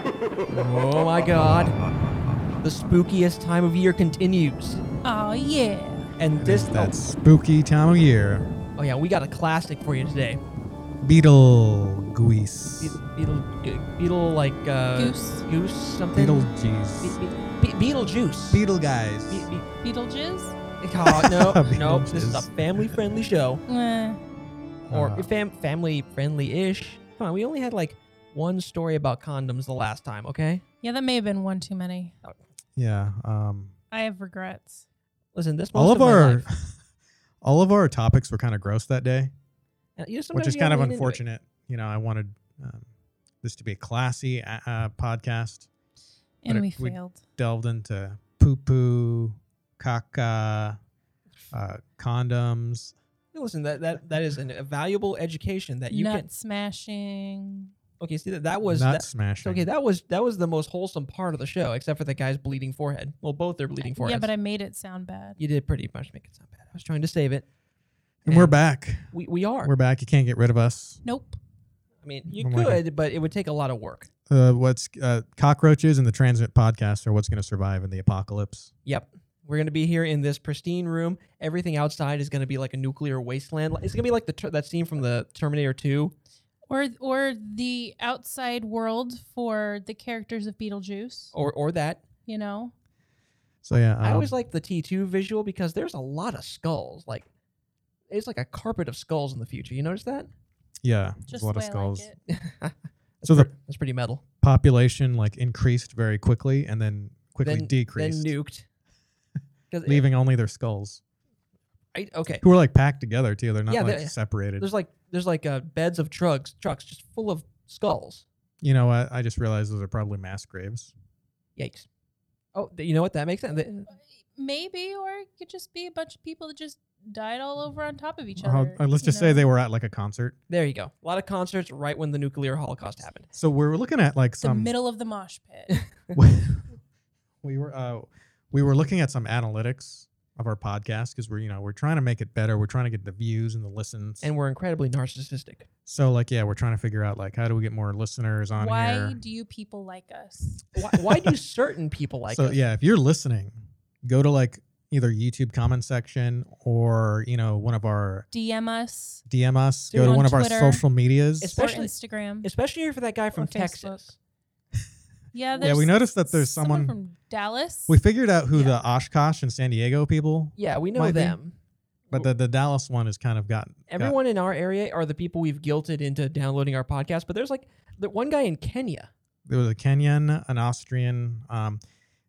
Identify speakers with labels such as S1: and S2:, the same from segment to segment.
S1: Oh my god. The spookiest time of year continues.
S2: Oh yeah.
S1: And this
S3: That spooky time of year.
S1: Oh, oh yeah, we got a classic for you today.
S3: Beetle geese.
S1: Be- Beetle beetle like uh
S2: Goose.
S1: goose something.
S3: Beetle
S1: Be-
S3: geese.
S1: be- be- Beetlejuice.
S3: Beetle guys.
S1: Be- be-
S2: Beetlejuice?
S1: oh, no, no, this is a
S3: Beetlejuice.
S1: family-friendly show,
S2: Eh.
S1: or
S3: Uh,
S1: fam- family-friendly-ish. Come on, we only had like one story about condoms the last time, okay?
S2: Yeah, that may have been one too many.
S3: yeah. Um,
S2: I have regrets.
S1: Listen, this
S3: all
S1: most
S3: of our
S1: my
S3: all of our topics were kind of gross that day,
S1: life. You know,
S3: which
S1: sometimes
S3: is
S1: you
S3: kind
S1: gotta
S3: of
S1: lean into it.
S3: unfortunate. You know, I wanted um, this to be a classy uh, uh, podcast. But
S2: And
S3: it-
S2: we
S3: we-
S2: failed.
S3: Delved into poo poo, caca, uh, condoms.
S1: Hey, Listen, that, that that is an, a valuable education that you
S2: Nut
S1: can.
S2: smashing.
S1: Okay, see that that was
S3: nut
S1: that,
S3: smashing?
S1: okay. That was that was the most wholesome part of the show, except for the guy's bleeding forehead. Well, both their bleeding
S2: Yeah,
S1: foreheads.
S2: but I made it sound bad.
S1: you did pretty much make it sound bad. I was trying to save it.
S3: and we're back.
S1: We we are.
S3: We're back. You can't get rid of us.
S2: Nope.
S1: I mean, you
S3: I'm
S1: could,
S3: working.
S1: but it would take a lot of work.
S3: Uh, what's uh, cockroaches and the transmit podcast are what's going to survive in the apocalypse.
S1: Yep. We're gonna be here in this pristine room. Everything outside is gonna be like a nuclear wasteland. Like- It's gonna be like the ter- that scene from the Terminator Two.
S2: Or or the outside world for the characters of Beetlejuice.
S3: Oh.
S1: or or that.
S2: You know?
S3: So yeah,
S1: I
S3: um,
S1: always like the T two visual because there's a lot of skulls. Like it's like a carpet of skulls in the future. You notice that?
S3: yeah,
S2: Just
S3: a lot
S2: the
S3: of
S2: way
S3: skulls.
S2: I like it.
S1: that's
S3: So the-
S1: pre- that's pretty metal.
S3: Population like increased very quickly and then quickly
S1: Then
S3: decreased,
S1: then nuked. 'Cause it-
S3: leaving only their skulls,
S1: right? okay.
S3: who are like packed together too. They're not
S1: Yeah,
S3: like
S1: they're-
S3: separated.
S1: There's like there's like uh, beds of trucks trucks just full of skulls.
S3: you know what? I just realized those are probably mass graves.
S1: Yikes. Oh, th- you know what? That makes sense. Th-
S2: Maybe, or it could just be a bunch of people that just died all over on top of each
S3: Uh,
S2: other.
S3: let's
S2: you
S3: just
S2: know?
S3: say they were at like a concert.
S1: There you go. A lot of concerts right when the nuclear holocaust happened.
S3: So we're looking at like
S2: the
S3: some.
S2: middle of the mosh pit.
S3: we were uh, we were looking at some analytics of our podcast because we're you know we're trying to make it better. We're trying to get the views and the listens.
S1: And we're incredibly narcissistic.
S3: so like yeah, we're trying to figure out like how do we get more listeners on
S2: Why
S3: here.
S2: do you people like us?
S1: Why, why do certain people like
S3: so
S1: us?
S3: yeah, if you're listening, go to like either YouTube comment section or you know one of our
S2: DM us
S3: DM us.
S1: Do it
S3: go to
S2: on
S3: one of our
S2: Twitter.
S3: social medias.
S1: It's-
S2: or
S1: Especially-
S2: Instagram.
S1: Especially here for that guy from
S2: Facebook.
S1: Texas.
S2: Yeah,
S3: yeah,
S2: there's
S3: we noticed that there's someone.
S2: someone, from Dallas.
S3: we figured out who
S1: Yeah.
S3: the Oshkosh and San Diego people,
S1: Yeah, we know
S3: Might be.
S1: them.
S3: but the, the Dallas one has kind of gotten got-
S1: Everyone in our area are the people we've guilted into downloading our podcast, but there's like the one guy in Kenya.
S3: there was a Kenyan, an Austrian, um,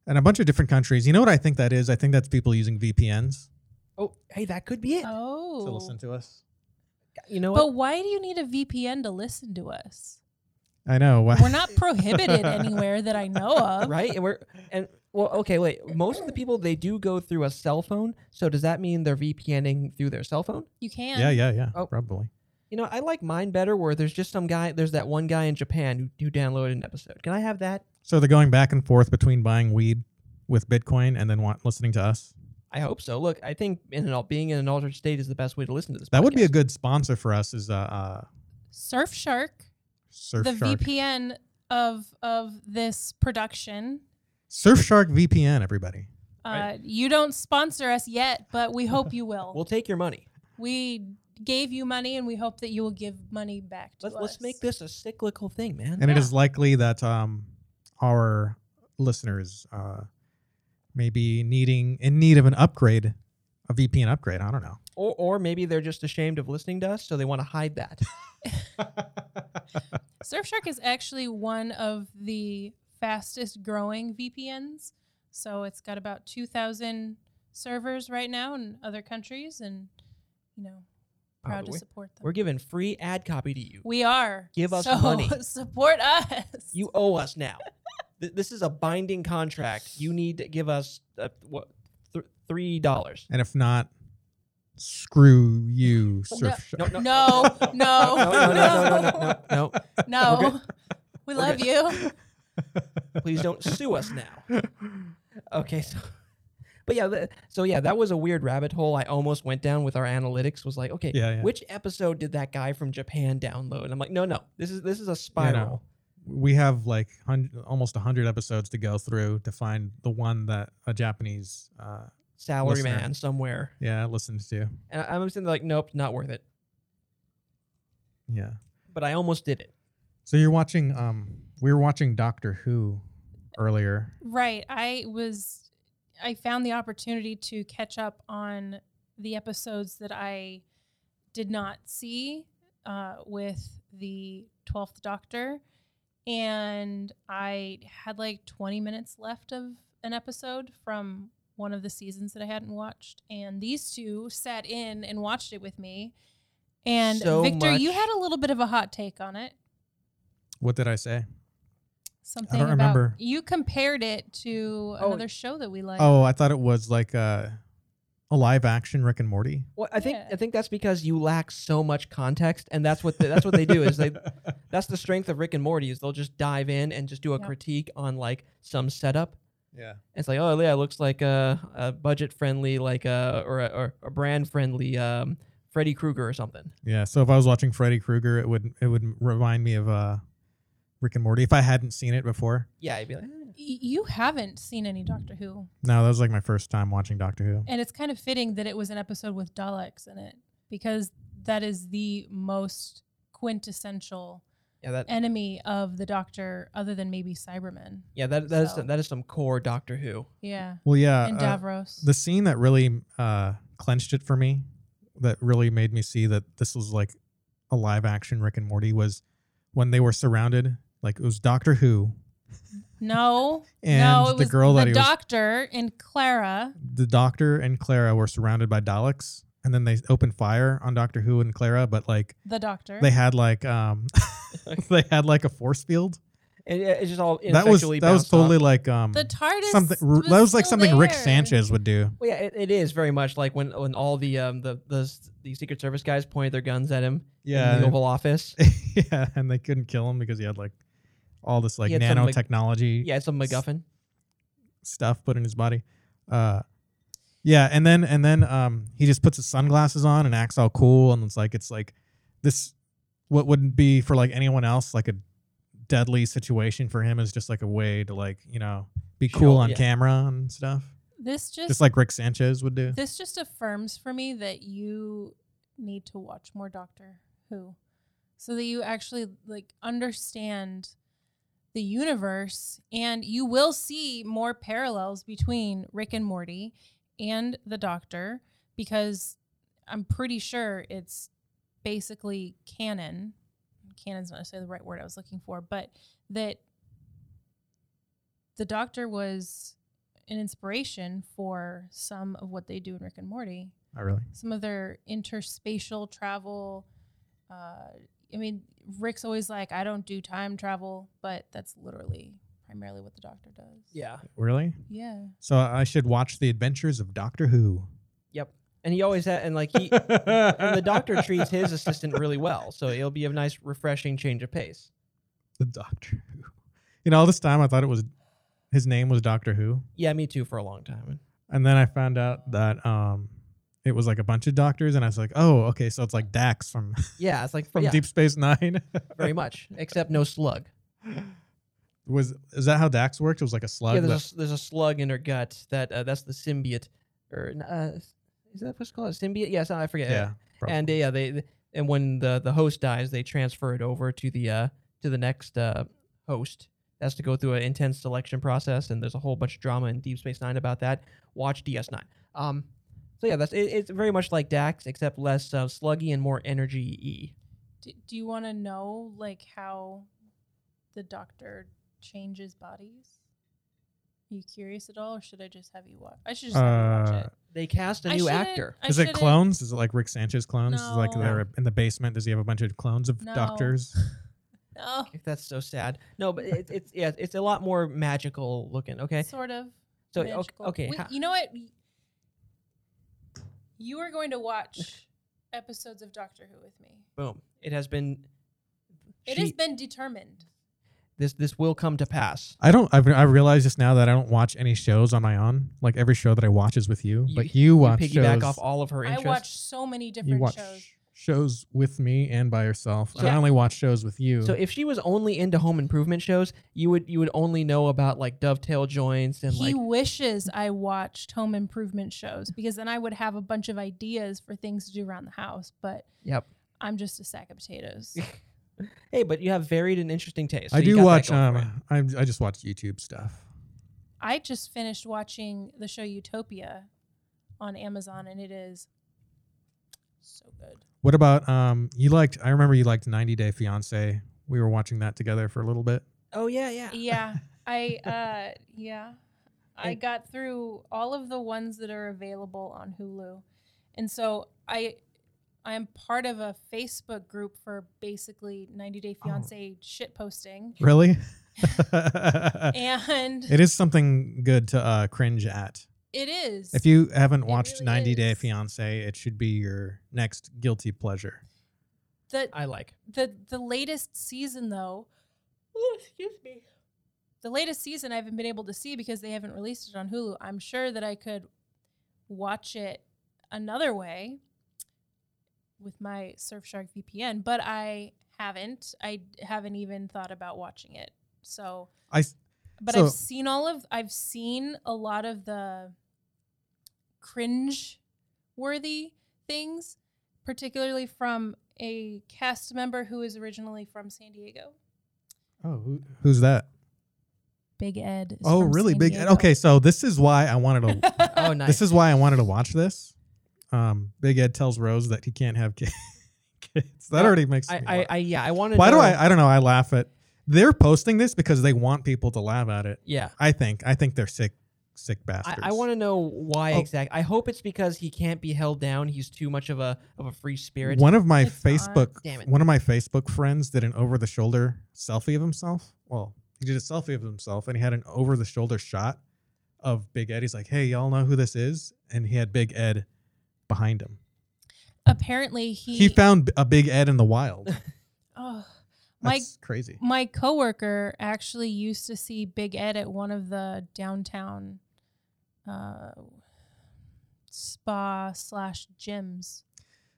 S3: and a bunch of different countries. You know what I think that is? I think that's people using VPNs
S1: Oh, hey, that could be it.
S2: oh,
S3: to listen to us.
S1: you know what?
S2: but why do you need a VPN to listen to us?
S3: I know. Wow.
S2: We're not prohibited anywhere that I know of.
S1: right? And we're and well, okay, wait. Most of the people they do go through a cell phone, so does that mean they're VPNing through their cell phone?
S2: You can.
S3: yeah, yeah, yeah.
S1: Oh.
S3: Probably.
S1: You know, I like mine better where there's just some guy, there's that one guy in Japan who, who downloaded an episode. Can I have that?
S3: So they're going back and forth between buying weed with Bitcoin and then want, listening to us.
S1: I hope so. Look, I think in an al- being in an altered state is the best way to listen to this.
S3: That would be a
S1: podcast.
S3: good sponsor for us. Is uh, uh
S2: Surfshark,
S3: Surfshark?
S2: the VPN of of this production.
S3: Surfshark VPN, everybody.
S2: Uh,
S1: Right.
S2: You don't sponsor us yet, but we hope you will.
S1: We'll take your money.
S2: we gave you money, and we hope that you will give money back to
S1: Let's
S2: us.
S1: let's make this a cyclical thing, man.
S3: And it is likely that um our listeners uh may be needing in need of an upgrade, a VPN upgrade. I don't know.
S1: Or, or maybe they're just ashamed of listening to us, so they want to hide that.
S2: Surfshark is actually one of the fastest growing VPNs. So it's got about 2,000 servers right now in other countries and, you know,
S1: Wow,
S2: proud to
S1: we're-
S2: support them.
S1: We're giving free ad copy to you.
S2: We are.
S1: Give us
S2: so
S1: money.
S2: support us.
S1: You owe us now. Th- this is a binding contract. You need to give us uh, what th- three dollars.
S3: And if not, screw you,
S2: No,
S3: Surfshark.
S1: no,
S2: No, no, no,
S1: No, no, no, no, no, no,
S2: no.
S1: We're good.
S2: We
S1: We're
S2: love
S1: good.
S2: you.
S1: no. Please don't sue us now. Okay, so. But yeah, th- so yeah, that was a weird rabbit hole I almost went down with our analytics. Was like, okay,
S3: Yeah, yeah.
S1: which episode did that guy from Japan download? And I'm like, no, no, this is this is a
S3: You know,
S1: spiral.
S3: we have like hun- almost 100 episodes to go through to find the one that a Japanese uh,
S1: salary
S3: Listener.
S1: man somewhere.
S3: yeah listens to.
S1: And I- I'm sitting there like, nope, not worth it.
S3: Yeah.
S1: But I almost did it.
S3: So you're watching um we were watching Doctor Who earlier.
S2: Right. I was I found the opportunity to catch up on the episodes that I did not see uh, with the 12th Doctor. And I had like 20 minutes left of an episode from one of the seasons that I hadn't watched. And these two sat in and watched it with me. And
S1: So
S2: Victor, you
S1: much-
S2: had a little bit of a hot take on it.
S3: What did I say?
S2: Something about
S3: don't remember.
S2: you compared it to
S1: Oh.
S2: another show that we like.
S3: Oh, I thought it was like uh a live action Rick and Morty.
S1: Well, I think
S2: Yeah.
S1: I think that's because you lack so much context, and that's what the, that's what they do is they that's the strength of Rick and Morty is they'll just dive in and just do a
S2: Yeah.
S1: critique on like some setup.
S3: Yeah.
S1: And it's like, oh yeah, it looks like a, a budget friendly, like a or a, or a brand friendly um, Freddy Krueger or something.
S3: Yeah. So if I was watching Freddy Krueger, it would it would remind me of uh Rick and Morty if I hadn't seen it before.
S1: Yeah, you'd be like, eh.
S2: Y- You haven't seen any Doctor Who,
S3: No, that was like my first time watching Doctor Who.
S2: and it's kind of fitting that it was an episode with Daleks in it because that is the most quintessential
S1: yeah, that
S2: enemy of the Doctor, other than maybe Cybermen.
S1: yeah that that is
S2: So-
S1: that is some core Doctor Who.
S2: Yeah,
S3: Well, yeah.
S2: and
S3: uh,
S2: Davros.
S3: the scene that really uh clenched it for me, that really made me see that this was like a live action Rick and Morty was when they were surrounded like it was Doctor Who
S2: no,
S3: and
S2: no, it
S3: the
S2: was
S3: girl
S2: the
S3: that he was
S2: Doctor and Clara.
S3: the doctor and Clara were surrounded by Daleks, and then they opened fire on Doctor Who and Clara, but like
S2: The Doctor.
S3: they had like um they had like a force field.
S1: It, it's just all
S3: That was
S1: ineffectually
S3: that was
S1: bounced off.
S3: totally like um
S2: the TARDIS.
S3: something r-
S2: was
S3: that was like
S2: still
S3: something Rick
S2: there.
S3: Sanchez would do.
S1: Well, yeah, it, it is very much like when when all the um the the, s- the Secret Service guys pointed their guns at him in the
S3: Yeah.
S1: Oval Office.
S3: yeah, and they couldn't kill him because he had like all this like
S1: He had some, like-
S3: nanotechnology
S1: Yeah, it's a MacGuffin.
S3: stuff put in his body. Uh yeah, and then and then um he just puts his sunglasses on and acts all cool and it's like it's like this what wouldn't be for like anyone else like a deadly situation for him is just like a way to like, you know, be cool
S1: Sure,
S3: on
S1: yeah.
S3: camera and stuff.
S2: This just,
S3: Just like Rick Sanchez would do.
S2: this just affirms for me that you need to watch more Doctor Who so that you actually like understand the universe and you will see more parallels between Rick and Morty and the Doctor because I'm pretty sure it's basically canon. Canon's not necessarily the right word I was looking for, but that the Doctor was an inspiration for some of what they do in Rick and Morty
S3: Not really.
S2: some of their interspatial travel. Uh, I mean, Rick's always like, I don't do time travel, but that's literally primarily what the doctor does.
S1: Yeah.
S3: Really?
S2: Yeah.
S3: So I should watch The Adventures of Doctor Who.
S1: Yep. And he always had and like he and the
S3: the
S1: doctor treats his assistant really well, so it'll be a nice refreshing change of pace.
S3: The Doctor Who. You know, all this time I thought it was his name was Doctor Who.
S1: Yeah, me too for a long time.
S3: And then I found out that um it was like a bunch of doctors, and I was like, oh, okay, so it's like Dax from
S1: Yeah, it's like
S3: from
S1: yeah,
S3: Deep Space Nine.
S1: very much, except no slug.
S3: was is that how Dax worked? It was like a slug.
S1: yeah, there's a,
S3: that-
S1: s- there's a slug in her gut that uh, that's the symbiote, or uh, is that what's called a symbiote? Yes, I forget.
S3: yeah. probably.
S1: and uh, yeah, they th- and when the the host dies, they transfer it over to the uh to the next uh host. That's to go through an intense selection process, and there's a whole bunch of drama in Deep Space Nine about that. Watch DS9. Um, so yeah, that's it, it's very much like Dax, except less uh, sluggy and more energy y.
S2: Do, do you want to know like how the doctor changes bodies? Are you curious at all, or should I just have you watch? I should just have you watch
S3: Uh,
S2: it.
S1: They cast a
S2: I
S1: new
S2: shouldn't-
S1: actor.
S2: I
S3: is it
S2: shouldn't-
S3: clones? Is it like Rick Sanchez clones? Is it like
S2: No.
S3: they're in the basement? Does he have a bunch of clones of
S2: No.
S3: doctors?
S2: No,
S1: That's so sad. No, but it, it's yeah, it's a lot more magical looking. Okay,
S2: sort of.
S1: so okay,
S2: magical.
S1: okay,
S2: Wait,
S1: ha-
S2: you know what? You are going to watch episodes of Doctor Who with me.
S1: boom. It has been.
S2: It
S1: she-
S2: has been determined.
S1: This this will come to pass.
S3: I don't. I've, I realize just now that I don't watch any shows on my own. Like every show that I watch is with you,
S1: You-
S3: but you
S1: You
S3: watch
S1: piggyback
S3: shows.
S1: off all of her
S2: I
S1: interests.
S2: watch so many
S3: you
S2: different
S3: watch
S2: shows.
S3: shows with me and by herself. And I
S1: Yeah.
S3: only watch shows with you.
S1: So if she was only into home improvement shows, you would you would only know about like dovetail joints and
S2: he
S1: like
S2: wishes I watched home improvement shows because then I would have a bunch of ideas for things to do around the house. But
S1: yep.
S2: I'm just a sack of potatoes.
S1: Hey, but you have varied and interesting taste.
S3: I
S1: so you
S3: do
S1: got that
S3: watch.
S1: going for
S3: Um, I I just watch YouTube stuff.
S2: I just finished watching the show Utopia on Amazon, and it is so good.
S3: What about um? You liked? I remember you liked 90 Day Fiance. We were watching that together for a little bit.
S1: it. Oh yeah, yeah.
S2: Yeah, I uh, yeah, I
S1: And-
S2: got through all of the ones that are available on Hulu, and so I I am part of a Facebook group for basically 90 Day
S3: Oh.
S2: Fiance shit posting,
S3: Really?
S2: and
S3: it is something good to uh, cringe at.
S2: it is.
S3: If you haven't
S2: It
S3: watched
S2: really
S3: 90 Day
S2: is.
S3: Fiance, it should be your next guilty pleasure.
S2: the
S1: I like.
S2: the the latest season though Ooh, excuse me the latest season i haven't been able to see because they haven't released it on hulu i'm sure that i could watch it another way with my surfshark vpn but i haven't i d- haven't even thought about watching it so
S3: I s-
S2: but
S3: So-
S2: i've seen all of i've seen a lot of the cringe worthy things particularly from a cast member who is originally from san diego
S3: oh, who, who's that?
S2: big ed is
S3: oh,
S2: from
S3: really
S2: San
S3: big.
S2: Diego.
S3: Okay, so this is why I wanted to.
S1: Oh nice.
S3: This is why I wanted to watch this. Um, Big Ed tells Rose that he can't have ki- kids. That
S1: Yeah,
S3: already makes.
S1: I,
S3: me
S1: I,
S3: laugh.
S1: I yeah, I wanted
S3: why
S1: to
S3: do
S1: know-
S3: I? I don't know. I laugh at. They're posting this because they want people to laugh at it.
S1: Yeah.
S3: I think. I think they're sick, sick
S1: I,
S3: bastards.
S1: I want to know why
S3: Oh.
S1: exactly. I hope it's because he can't be held down. He's too much of a of a free spirit.
S3: One of my
S2: It's not.
S3: Facebook,
S1: Damn it.
S3: one of my Facebook friends did an over-the-shoulder selfie of himself. Well, he did a selfie of himself, and he had an over-the-shoulder shot of Big Ed. He's like, "Hey, y'all know who this is?" And he had Big Ed behind him.
S2: apparently he,
S3: He, found a Big Ed in the wild.
S2: oh my
S3: That's crazy.
S2: my coworker actually used to see Big Ed at one of the downtown uh, spa slash gyms.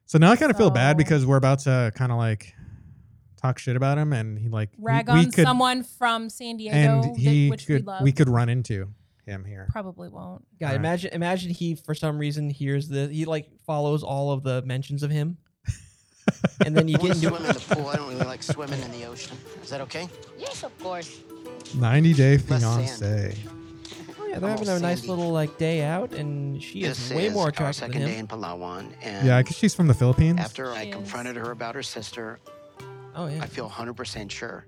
S3: So now I kind of feel
S2: So-
S3: bad because we're about to kind of like talk shit about him, and he like we-
S2: Rag
S3: we,
S2: on
S3: could
S2: someone from San Diego,
S3: and he
S2: that, which we
S3: could
S2: love.
S3: we could run into him here.
S2: probably won't.
S1: God,
S3: Alright.
S1: imagine imagine he for some reason hears the he like follows all of the mentions of him, and then you
S4: I
S1: get into
S4: want to swim in the pool. I don't really like swimming in the ocean. Is that okay?
S5: Yes, of course.
S3: 90 Day
S4: Less sand.
S3: Fiance.
S1: Oh, yeah,
S4: I'm
S1: they're
S4: all
S1: having a nice
S4: sandy.
S1: little like day out, and she is
S4: this
S1: way
S4: is
S1: more
S4: our
S1: attractive
S4: second
S1: than
S4: day
S1: him.
S4: in Palawan, and
S3: Yeah, because she's from the Philippines.
S4: after I
S2: She is.
S4: confronted her about her sister,
S1: Oh yeah,
S4: I feel 100% sure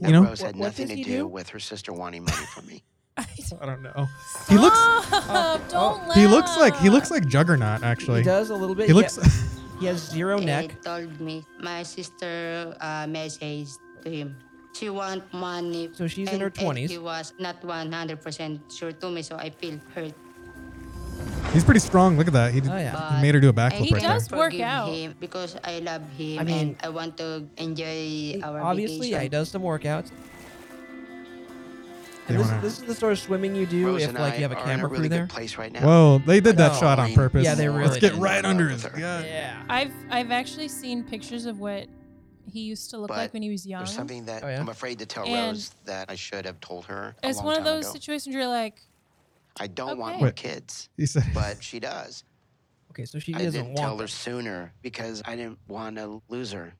S4: that
S3: you know,
S4: Rose
S1: What-
S4: had
S1: what
S4: nothing
S1: did
S4: to
S1: he
S4: do,
S1: do?
S4: with her sister wanting money from me.
S3: I don't know. He looks-
S2: Stop, don't
S3: He looks like he
S2: laugh.
S3: looks like Juggernaut. Actually,
S1: he does a little bit.
S3: He looks.
S1: Yeah, he has zero neck.
S5: He told me my sister uh, messaged to him. She want money.
S1: So she's in her
S5: and- and
S1: 20s.
S5: He was not 100% sure to me, so I feel hurt.
S3: he's pretty strong. Look at that. He,
S1: Oh, yeah.
S3: he made her do a
S5: I
S3: backflip
S2: He
S3: right
S2: does
S3: there.
S5: forgive
S2: work out.
S5: him because I love him
S1: I mean-
S5: and I want to enjoy uh, our
S1: Obviously, yeah, he
S5: vacation.
S1: does some workouts.
S3: They
S1: And this,
S3: wanna-
S1: this is the sort of swimming you do
S4: Rose
S1: if
S4: and
S1: like
S4: I
S1: you have a
S4: are in a
S1: camera
S4: really
S1: crew there.
S4: good place right now.
S3: Whoa, they did that
S1: No.
S3: shot on purpose.
S1: Yeah, they
S3: Let's
S1: really
S3: get
S1: did.
S3: right under his.
S4: With her.
S3: gut.
S1: Yeah.
S2: I've I've actually seen pictures of what he used to look
S4: But
S2: like when he was young.
S4: There's something that
S1: Oh, yeah?
S4: I'm afraid to tell
S2: And-
S4: Rose that I should have told her. a
S2: It's
S4: long
S2: one of
S4: time
S2: those
S4: ago.
S2: situations where you're like,
S4: I don't want
S2: Okay.
S4: more
S3: Wait.
S4: kids,
S3: He said,
S4: but she does.
S1: Okay, so she
S4: I
S1: doesn't
S4: didn't
S1: want
S4: tell
S1: them.
S4: her sooner because I didn't want to lose her.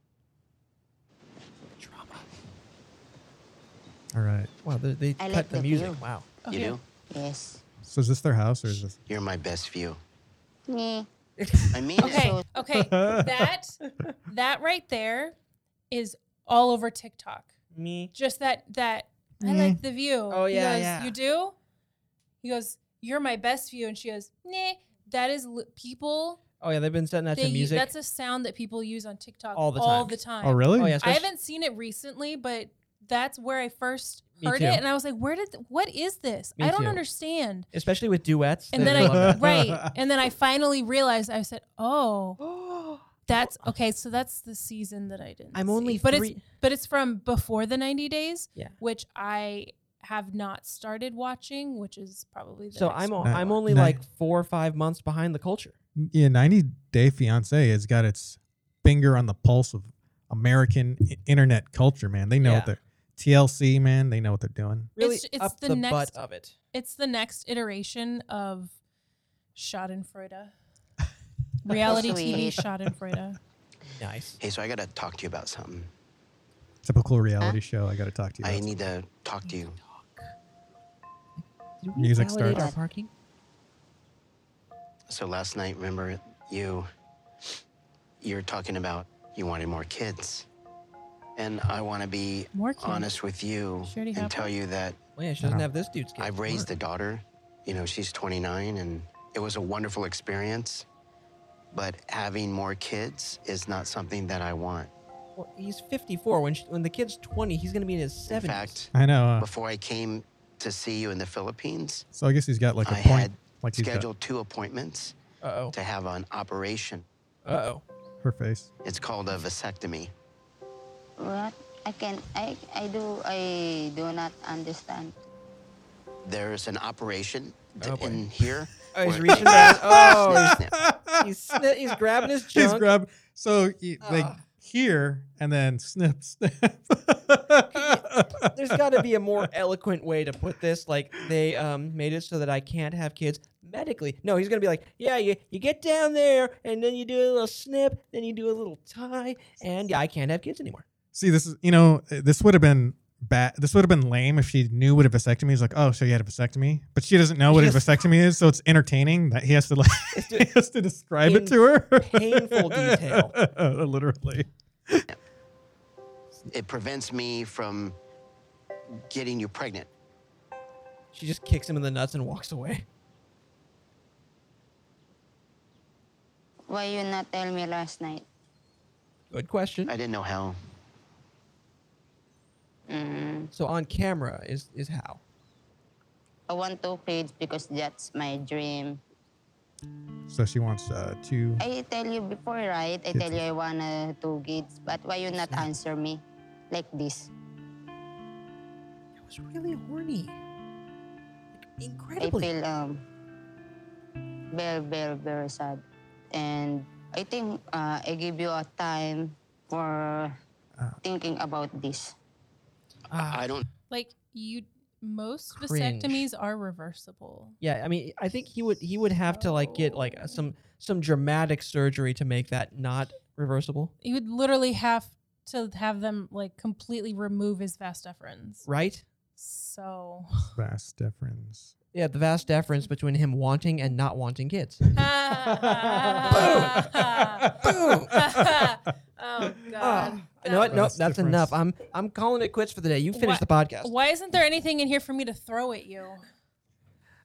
S3: "All right."
S1: Wow, they, they
S5: I
S1: cut
S5: like
S1: the,
S5: the
S1: music.
S5: view.
S1: Wow.
S4: You
S2: okay,
S4: know,
S5: Yes.
S3: So is this their house or is this?
S4: you're my best view.
S5: Yeah.
S4: I mean, it.
S2: okay, okay, that that right there is all over TikTok.
S1: Me.
S2: Just that that I
S3: Mm.
S2: like the view.
S1: Oh,
S2: He
S1: yeah,
S2: goes,
S1: yeah.
S2: You do? He goes, you're my best view, and she goes, nah. That is li- people.
S1: Oh yeah, they've been setting that
S2: they
S1: to
S2: u-
S1: music.
S2: that's a sound that people use on TikTok
S1: All the
S2: all
S1: time.
S2: the time.
S3: Oh really?
S1: Oh yeah,
S2: I
S1: especially-
S2: haven't seen it recently, but that's where I first
S1: Me
S2: heard
S1: too.
S2: it, and I was like, "Where did? th- what is this?
S1: Me
S2: I don't
S1: too.
S2: understand."
S1: especially with duets.
S2: And
S1: they
S2: then I
S1: love
S2: right, and then I finally realized. I said, "Oh,
S1: that.
S2: that's okay. So that's the season that I didn't.
S1: I'm
S2: see.
S1: only
S2: but it's
S1: three-
S2: but it's from before the 90 days,
S1: Yeah.
S2: which I have not started watching, which is probably the
S1: so
S2: next
S1: I'm o-
S2: one I'll
S1: I'm
S2: watch.
S1: only
S3: Nah.
S1: like four or five months behind the culture.
S3: Yeah, 90 Day Fiance has got its finger on the pulse of American i- internet culture, man. They know
S1: Yeah.
S3: what they're TLC, man. They know what they're doing.
S1: Really
S2: It's- it's
S1: up
S2: the
S1: the,
S2: next-
S1: butt of it.
S2: It's the next iteration of Schadenfreude. Reality TV
S5: Sweet.
S2: Schadenfreude.
S1: Nice.
S4: Hey, so I gotta talk to you about something.
S3: Typical reality show. I got to talk to you.
S4: I
S3: about.
S4: need to talk to you.
S1: Did
S3: we Music validate starts.
S1: Our
S5: our
S1: parking?
S4: So last night, remember you you were talking about you wanted more kids. And I wanna be
S2: More kids.
S4: honest with you
S2: She already
S4: and
S2: have
S4: tell you that
S1: Well, yeah, she
S3: I
S1: doesn't
S3: know.
S1: have this dude's kid.
S4: I've raised a daughter. You know, she's 29 and it was a wonderful experience. But having more kids is not something that I want.
S1: Well, he's 54. When she, when the kid's 20, he's gonna be in his 70s.
S4: In fact,
S3: I know. uh,
S4: before I came to see you in the Philippines,
S3: so I guess he's got like a
S4: I
S3: point.
S4: had
S3: Like he's got
S4: scheduled two appointments
S1: Uh
S4: to have an operation.
S1: oh. Uh oh.
S3: her face.
S4: It's called a vasectomy.
S5: What? I can I I do I do not understand.
S4: There's an operation t-
S1: Oh, boy.
S4: in here.
S1: Oh, he's
S4: where-
S1: reaching down. Oh,
S4: Snip, snip.
S1: he's, he's, sni- he's grabbing his
S3: He's
S1: junk.
S3: grab. So he, like
S1: Ah.
S3: here and then snip, snip.
S1: There's got to be a more eloquent way to put this. Like they um, made it so that I can't have kids medically. No, he's gonna be like, yeah, you, you get down there and then you do a little snip, then you do a little tie, and yeah, I can't have kids anymore.
S3: See, this is you know this would have been bad. This would have been lame if she knew what a vasectomy is. Like, oh, so you had a vasectomy, but she doesn't know what
S1: Yes.
S3: a vasectomy is, so it's entertaining that he has to like
S1: It's
S3: he
S1: ju-
S3: has to describe
S1: in
S3: it to her.
S1: painful detail.
S3: Literally.
S4: It prevents me from getting you pregnant.
S1: She just kicks him in the nuts and walks away.
S5: Why you not tell me last night?
S1: Good question.
S4: I didn't know how.
S5: Mm,
S1: So on camera is is how.
S5: I want two kids because that's my dream.
S3: So she wants uh, two.
S5: I tell you before, right? I tell you I wanna two kids, but why you not answer me like this?
S1: It was really horny. Like,
S5: I
S1: incredibly.
S5: feel um very, very, very sad. And I think uh, I give you a time for thinking about this.
S1: Ah.
S4: I don't
S2: Like you, most
S1: Cringe.
S2: vasectomies are reversible.
S1: Yeah, I mean, I think he would he would have to like get like uh, some some dramatic surgery to make that not reversible,
S2: You would literally have to have them like completely remove his vas deferens.
S1: right?
S2: So
S3: Vast difference.
S1: Yeah, the vast difference between him wanting and not wanting kids.
S2: oh god.
S1: Ah, no, what? no,
S3: Vast
S1: that's enough.
S3: difference.
S1: I'm I'm calling it quits for the day. You finish
S2: What-
S1: the podcast.
S2: Why isn't there anything in here for me to throw at you?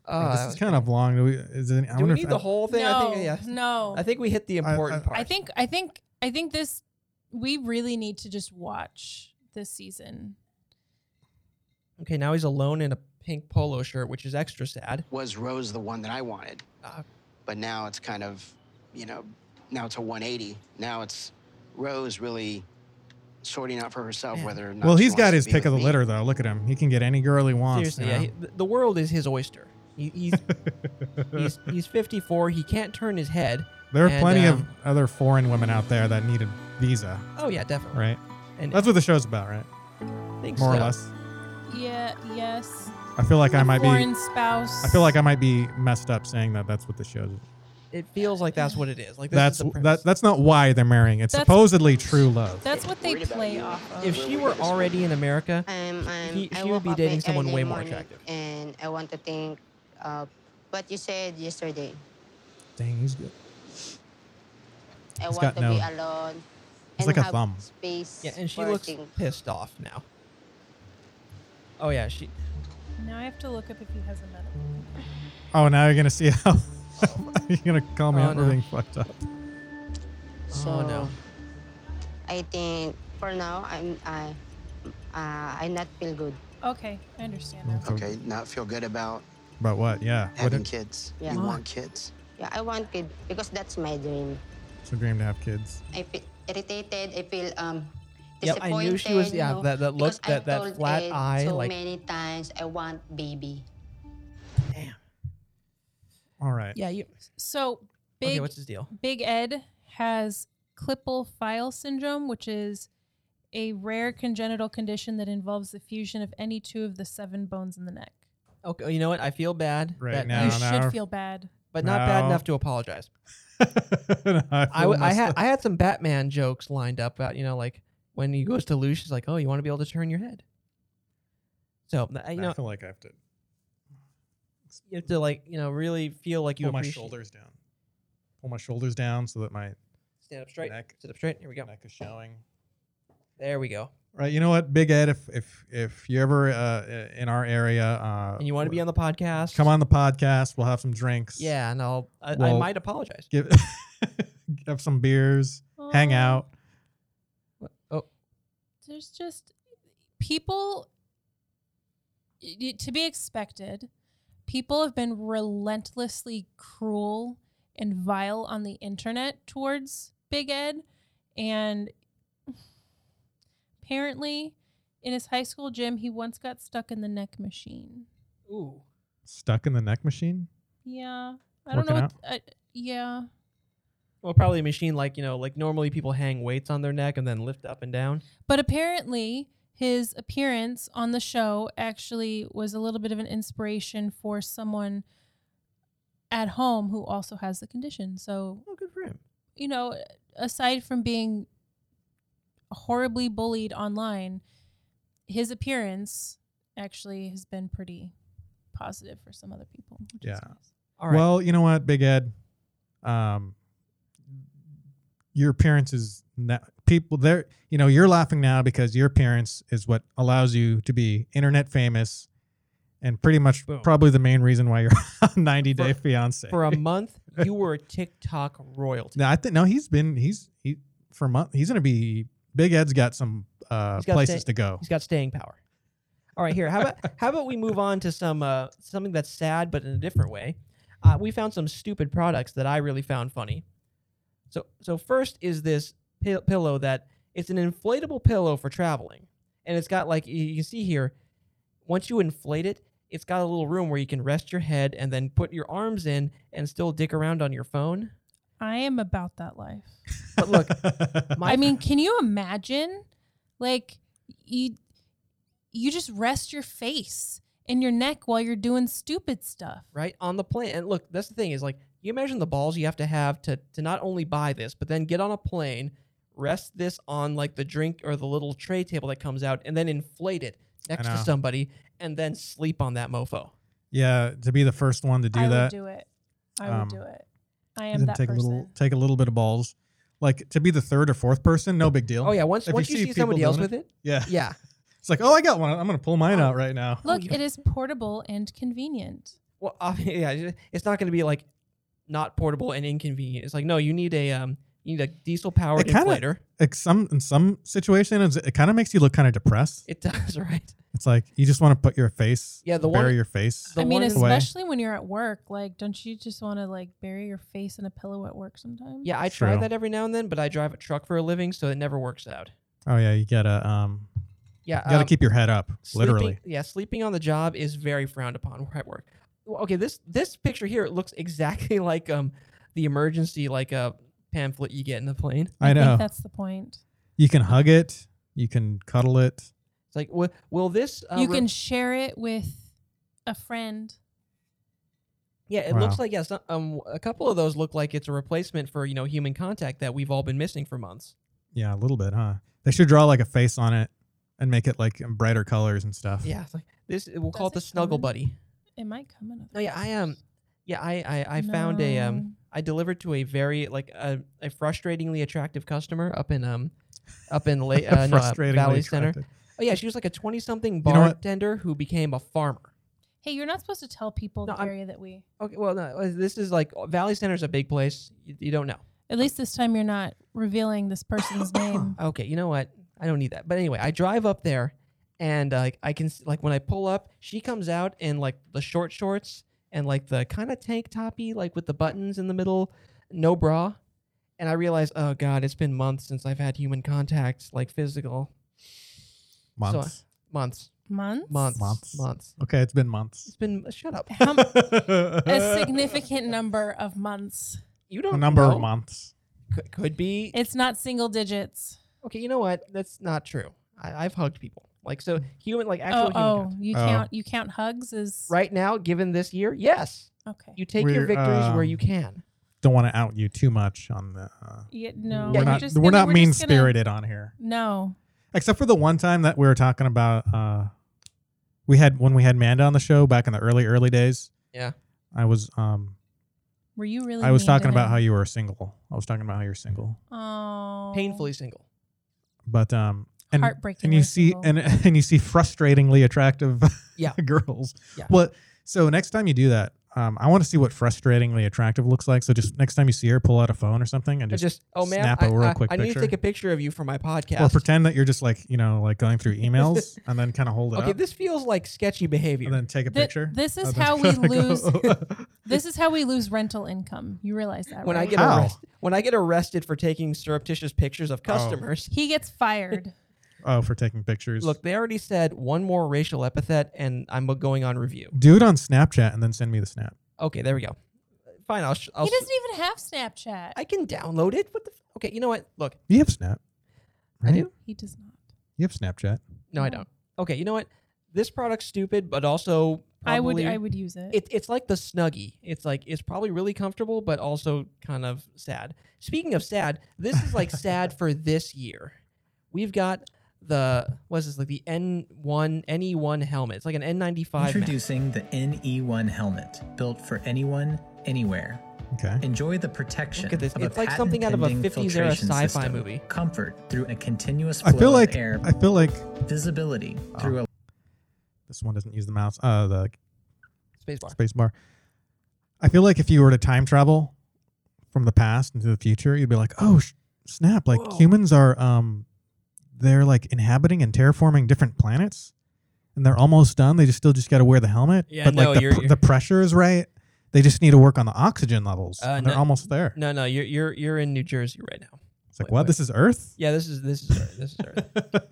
S1: Uh,
S3: this is kind of long. Do we, is it, I
S1: do
S3: wonder
S1: we
S3: if
S1: need the
S3: I-
S1: whole thing? I
S2: No,
S1: think yeah.
S2: no.
S1: I think we hit the
S3: I-
S1: important
S3: I-
S1: part.
S2: I think I think I think this we really need to just watch this season.
S1: Okay, now he's alone in a pink polo shirt, which is extra sad.
S4: was Rose the one that I wanted.
S3: Uh,
S1: Ah.
S4: But now it's kind of, you know, now it's a 180. Now it's Rose really sorting out for herself
S1: Man.
S4: whether or not.
S3: Well,
S4: she
S3: he's
S4: wants
S3: got
S4: to
S3: his
S4: be
S3: pick of the
S4: with me.
S3: litter, though. Look at him. He can get any girl he wants.
S1: Seriously,
S3: you
S1: yeah,
S3: know?
S1: he, th- the world is his oyster. He, he's he's he's 54. He can't turn his head.
S3: there are
S1: and,
S3: plenty of
S1: um,
S3: other foreign women out there that need a visa,
S1: Oh yeah, definitely.
S3: right?
S1: And
S3: That's what the show's about, right?
S1: I think
S3: More or
S1: so.
S3: less.
S2: Yeah, yes.
S3: I feel like I
S2: The
S3: might
S2: foreign
S3: be.
S2: spouse.
S3: I feel like I might be messed up saying that. That's what the show's.
S1: It feels like that's what it is. Like this
S3: That's
S1: is the
S3: that.
S1: premise.
S3: That's not why they're marrying. It's
S2: That's-
S3: supposedly true love.
S2: that's what they
S4: Worried about
S2: play
S4: you.
S2: off of.
S1: If she were already in America,
S5: I'm, I'm,
S1: He-
S5: I
S1: she would
S5: woke
S1: be
S5: up very
S1: dating someone
S5: early
S1: way more
S5: morning
S1: attractive.
S5: And I want to think of what you said yesterday.
S3: Dang, he's good.
S5: I
S3: He's got
S5: want to be
S3: no-
S5: alone.
S3: he's
S5: and
S3: like a
S5: have
S3: thumb.
S5: Space
S1: yeah, and she
S5: for
S1: looks
S5: think.
S1: pissed off now. Oh yeah, she.
S2: now I have to look up if he has a medical.
S3: Oh, now you're gonna see how. you're gonna call me
S1: Oh,
S3: out for
S1: no.
S3: being fucked up.
S5: So
S1: oh no.
S5: I think for now I'm I uh, I not feel good.
S3: Mm.
S2: Okay, I understand now.
S4: Okay, not feel good about
S3: About what? Yeah. What
S4: having
S3: it,
S4: kids.
S5: Yeah.
S4: You
S5: Why?
S4: want kids.
S5: Yeah, I want kid because that's my dream.
S3: it's a dream to have kids.
S5: I feel irritated. I feel um
S1: Yep, I
S5: disappointed.
S1: knew she was. Yeah,
S5: no?
S1: that that
S5: Because
S1: look,
S5: I
S1: that that
S5: told
S1: flat
S5: Ed
S1: eye,
S5: So
S1: like
S5: many times I want baby.
S1: damn.
S3: All right.
S1: Yeah, you.
S2: So big
S1: Okay, what's his deal?
S2: Big Ed has Klippel Feil syndrome, which is a rare congenital condition that involves the fusion of any two of the seven bones in the neck.
S1: Okay, you know what? I feel bad
S3: Right
S1: that-
S3: now. No,
S2: you
S3: no.
S2: should feel bad.
S1: but not bad
S3: No.
S1: enough to apologize.
S3: No,
S1: I,
S3: feel
S1: w- I had
S3: messed up.
S1: I had some Batman jokes lined up about you know like when he goes to Lucius, she's like, oh, you want to be able to turn your head. So uh, you
S3: I
S1: know
S3: feel like I have to
S1: you have to like you know really feel like you
S3: pull my
S1: appreciate-
S3: shoulders down. Pull my shoulders down so that my
S1: Stand up straight.
S3: Neck.
S1: Sit up straight. Here we go.
S3: neck is showing.
S1: There we go.
S3: Right. You know what, Big Ed, if if if you're ever uh, in our area, uh,
S1: And you want to be on the podcast?
S3: come on the podcast, we'll have some drinks.
S1: Yeah, and I'll I, I
S3: Well-
S1: might apologize.
S3: Give have some beers, hang
S2: Aw.
S3: out.
S1: What- Oh,
S2: there's just people y- y- to be expected. People have been relentlessly cruel and vile on the internet towards Big Ed, and apparently, in his high school gym, he once got stuck in the neck machine.
S1: ooh.
S3: Stuck in the neck machine.
S2: Yeah, I don't know. What,
S3: Working
S2: I, yeah,
S1: Well, probably a machine like you know like normally people hang weights on their neck and then lift up and down.
S2: But apparently, his appearance on the show actually was a little bit of an inspiration for someone at home who also has the condition. So,
S1: Oh, good for him.
S2: you know, aside from being horribly bullied online, his appearance actually has been pretty positive for some other people. which is
S3: Yeah.
S2: nice.
S1: All right.
S3: Well, you know what, Big Ed, um, your appearance is na- people there. You know, you're laughing now because your appearance is what allows you to be internet famous, and pretty much
S1: Boom.
S3: probably the main reason why you're on 90 Day
S1: For-
S3: Fiance.
S1: for a month, you were TikTok royalty.
S3: No, I think no. He's been he's he for a month. He's gonna be Big Ed's got some uh,
S1: He's got
S3: places
S1: sta-
S3: to go.
S1: He's got staying power. All right, here. How about how about we move on to some uh, something that's sad but in a different way? Uh, we found some stupid products that I really found funny. So so first is this pi- pillow that it's an inflatable pillow for traveling, and it's got like y- you can see here. Once you inflate it, it's got a little room where you can rest your head and then put your arms in and still dick around on your phone.
S2: I am about that life.
S1: But look, my
S2: I mean, can you imagine? Like you you just rest your face and your neck while you're doing stupid stuff.
S1: right on the plane and look that's the thing is like you imagine the balls you have to have to to not only buy this but then get on a plane rest this on like the drink or the little tray table that comes out and then inflate it next to
S3: know.
S1: somebody and then sleep on that mofo
S3: yeah, to be the first one to do
S2: I
S3: that,
S2: would do it. I
S3: Um,
S2: would do it. I
S3: and
S2: am that
S3: take
S2: person.
S3: a little take a little bit of balls. Like to be the third or fourth person, no big deal.
S1: oh yeah once
S3: If you
S1: once you
S3: see
S1: see,
S3: people
S1: somebody else
S3: doing
S1: with it
S3: yeah.
S1: yeah
S3: It's like, oh, I got one. I'm gonna pull mine out right now.
S2: Look,
S1: you-
S2: it is portable and convenient.
S1: well ob- yeah it's not going to be like not portable and inconvenient it's like no you need a um you need a diesel powered
S3: It kinda-
S1: inflator
S3: Like some in some situations, it kind of makes you look kind of depressed.
S1: it does right
S3: It's like you just want to put your face,
S1: yeah the
S3: bury
S1: one
S3: your face.
S1: the
S2: I mean,
S1: one-
S2: especially when you're at work, like don't you just want to like bury your face in a pillow at work sometimes?
S1: yeah i try
S3: True.
S1: that every now and then but i drive a truck for a living so it never works out
S3: Oh yeah, you gotta um,
S1: yeah
S3: you gotta
S1: um,
S3: keep your head up, literally.
S1: Sleeping, yeah, sleeping on the job is very frowned upon where I work. Well, Okay, this this picture here it looks exactly like um the emergency like a pamphlet you get in the plane.
S3: I,
S2: think
S3: know.
S2: that's the point.
S3: You can hug it. You can cuddle it.
S1: It's like, will, will this? Uh,
S2: you
S1: re-
S2: can share it with a friend.
S1: yeah, it
S3: Wow.
S1: looks like yes. um, a couple of those look like it's a replacement for you know human contact that we've all been missing for months.
S3: Yeah, a little bit, huh? They should draw like a face on it and make it like in brighter colors and stuff.
S1: Yeah, it's like this. We'll call it the
S2: Does it come
S1: snuggle
S2: in?
S1: buddy.
S2: It might come in.
S1: No, yeah, I um, yeah, I I, I found a um, I delivered to a very like a, a frustratingly attractive customer up in um, up in La- uh, no, uh,
S3: Frustratingly
S1: Valley Center.
S3: attractive.
S1: Oh yeah, she was like a twenty-something
S3: know what?
S1: bartender who became a farmer.
S2: Hey, you're not supposed to tell people
S1: No,
S2: the
S1: I'm-
S2: area that we.
S1: Okay, well, no, uh, this is like Valley Center's a big place. You, you don't know.
S2: At least this time, you're not revealing this person's name.
S1: Okay, you know what? I don't need that. But anyway, I drive up there, and uh, like I can s- like when I pull up, she comes out in like the short shorts and like the kind of tank toppy, like with the buttons in the middle, no bra. And I realize, oh god, it's been months since I've had human contact, like physical
S3: Months.
S1: months,
S2: Months.
S1: months, months,
S3: Months.
S1: months.
S3: okay, it's been
S1: It's
S3: months.
S1: been shut up.
S2: How- a significant number of months.
S1: You don't
S3: A number
S1: know.
S3: of months.
S1: C- could be.
S2: It's not single digits.
S1: Okay, you know what? That's not true. I, I've hugged people. Like so, human like
S2: Oh,
S1: actual human.
S2: oh,
S1: contact.
S2: you
S3: Oh.
S2: count you count hugs as
S1: Right now, given this year, yes,
S2: okay.
S1: you take your
S3: We're,
S1: victories where
S3: um,
S1: you can.
S3: Don't want to out you too much on the. Uh,
S2: Yeah, no,
S1: Yeah,
S3: we're
S1: we're
S3: not.
S2: just
S3: we're
S2: gonna-
S3: not
S2: just
S3: mean
S2: gonna-
S3: spirited on here,
S2: No,
S3: except for the one time that we were talking about. Uh, we had when we had Manda on the show back in the early early days.
S1: Yeah.
S3: I was um
S2: were you really?
S3: I was
S2: mean
S3: talking
S2: to
S3: about
S2: him?
S3: how you were single. I was talking about how you're single,
S2: Oh,
S1: Painfully single.
S3: but um and
S2: heartbreaking.
S3: and you see
S2: single.
S3: and and you see frustratingly attractive
S1: Yeah.
S3: girls.
S1: Yeah.
S3: But so next time you do that, um, I want to see what frustratingly attractive looks like. So just next time you see her, pull out a phone or something and
S1: I
S3: just,
S1: just oh man,
S3: snap
S1: I,
S3: a real
S1: I-
S3: quick
S1: I need to
S3: picture.
S1: take a picture of you for my podcast.
S3: or pretend that you're just like you know like going through emails and then kind of hold it
S1: okay,
S3: up
S1: this feels like sketchy behavior.
S3: and then take a
S2: Thi-
S3: picture.
S2: This is
S3: of
S2: how we
S3: it.
S2: lose. this is how we lose rental income. You realize that
S1: when I
S2: right?
S1: get
S3: How?
S1: arrested, when I get arrested for taking surreptitious pictures of customers,
S2: he gets fired.
S3: oh, for taking pictures.
S1: look, they already said one more racial epithet, and I'm going on review.
S3: do it on Snapchat and then send me the snap.
S1: Okay, there we go. Fine, I'll. Sh- I'll
S2: he
S1: s-
S2: doesn't even have Snapchat.
S1: I can download it. What the? F- okay, you know what? Look,
S3: You have Snap.
S1: I
S3: Right?
S1: do.
S2: he does not.
S3: You have Snapchat.
S1: No, I
S2: No.
S1: don't. Okay, you know what? This product's stupid, but also
S2: I would.
S1: probably
S2: I would use it.
S1: It, it's like the Snuggie. It's like it's probably really comfortable, but also kind of sad. Speaking of sad, this is like sad for this year. We've got the what's this like the N one NE one helmet. It's like an N ninety five.
S6: Introducing the NE1 helmet, built for anyone, anywhere.
S3: Okay.
S6: Enjoy the protection
S1: Look at this.
S6: of
S1: It's
S6: a
S1: like something out of a
S6: patent-pending
S1: 50s era
S6: filtration
S1: sci-fi
S6: system.
S1: movie.
S6: Comfort through a continuous
S3: I
S6: flow
S3: feel like
S6: of air.
S3: I feel like
S6: Visibility through a
S3: this one doesn't use the mouse. Uh, the
S1: spacebar.
S3: space bar. I feel like if you were to time travel from the past into the future, you'd be like, oh sh- snap! Like
S1: Whoa.
S3: humans are um, they're like inhabiting and terraforming different planets, and they're almost done. They just still just got to wear the helmet.
S1: Yeah,
S3: but
S1: no,
S3: like the,
S1: you're-
S3: pr-
S1: you're-
S3: the pressure is right. They just need to work on the oxygen levels.
S1: Uh,
S3: and they're
S1: no-
S3: almost there.
S1: No, no, you're you're you're in New Jersey right now.
S3: it's like
S1: wait,
S3: what?
S1: wait.
S3: This is Earth.
S1: Yeah, this is this is Earth. this is Earth.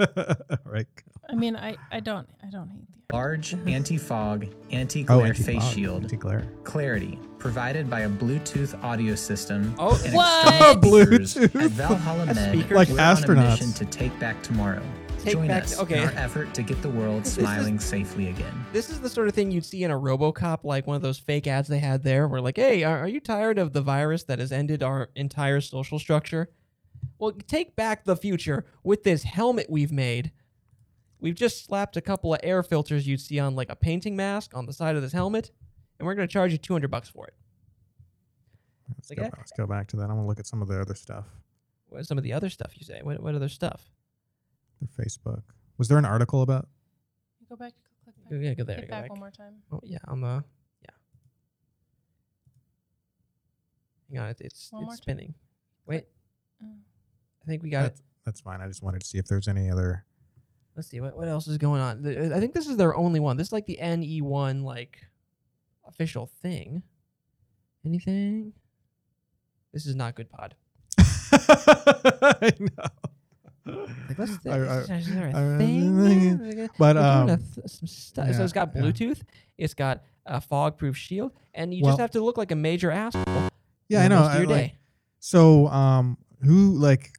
S3: right.
S2: I mean, I, I don't. I don't hate the.
S6: large anti-fog,
S3: Oh,
S6: anti-glare
S3: anti
S6: face shield.
S3: glare.
S6: Clarity, provided by a Bluetooth audio system.
S1: Oh,
S6: and
S2: What?
S6: external speakers
S3: Bluetooth.
S6: At Valhalla Med,
S1: Speakers? Like
S6: we're on a
S3: astronauts.
S6: mission to take back tomorrow.
S1: Take
S6: Join
S1: back-
S6: us
S1: okay.
S6: in our effort to get the world
S1: This is-
S6: smiling safely again.
S1: This is the sort of thing you'd see in a RoboCop, like one of those fake ads they had there, where like, "Hey, are, are you tired of the virus that has ended our entire social structure? Well, take back the future with this helmet we've made. We've just slapped a couple of air filters you'd see on like a painting mask on the side of this helmet, and we're gonna charge you two hundred bucks for it.
S3: Let's,
S1: Like,
S3: go,
S1: eh.
S3: back- let's go back to that. I want to look at some of the other stuff.
S1: What's some of the other stuff you say? What, what other stuff?
S3: Their Facebook. Was there an article about?
S2: Go back. Click back.
S1: Go- Yeah, go there.
S2: Hit
S1: go
S2: back
S1: back.
S2: one more time.
S1: Oh yeah, on the yeah. Hang on, it, it's
S2: One more
S1: it's
S2: time.
S1: spinning. Wait,
S2: Oh.
S1: I think we got it.
S3: That's, that's fine. I just wanted to see if there's any other.
S1: let's see what, what else is going on. Th- I think this is their only one. This is like the NE one like official thing. Anything? This is not good pod.
S3: I know.
S1: Like, let's
S3: I- I-
S1: is, there a
S3: I-
S1: thing?
S3: I-
S1: there? Like, uh,
S3: but,
S1: we're doing a
S3: um,
S1: th- some stuff. so
S3: yeah,
S1: it's got
S3: yeah.
S1: Bluetooth. It's got a fog-proof shield, and you
S3: Well-
S1: just have to look like a major asshole.
S3: yeah, I
S1: the
S3: know.
S1: rest of
S3: I,
S1: your
S3: like,
S1: day.
S3: so, um, who like,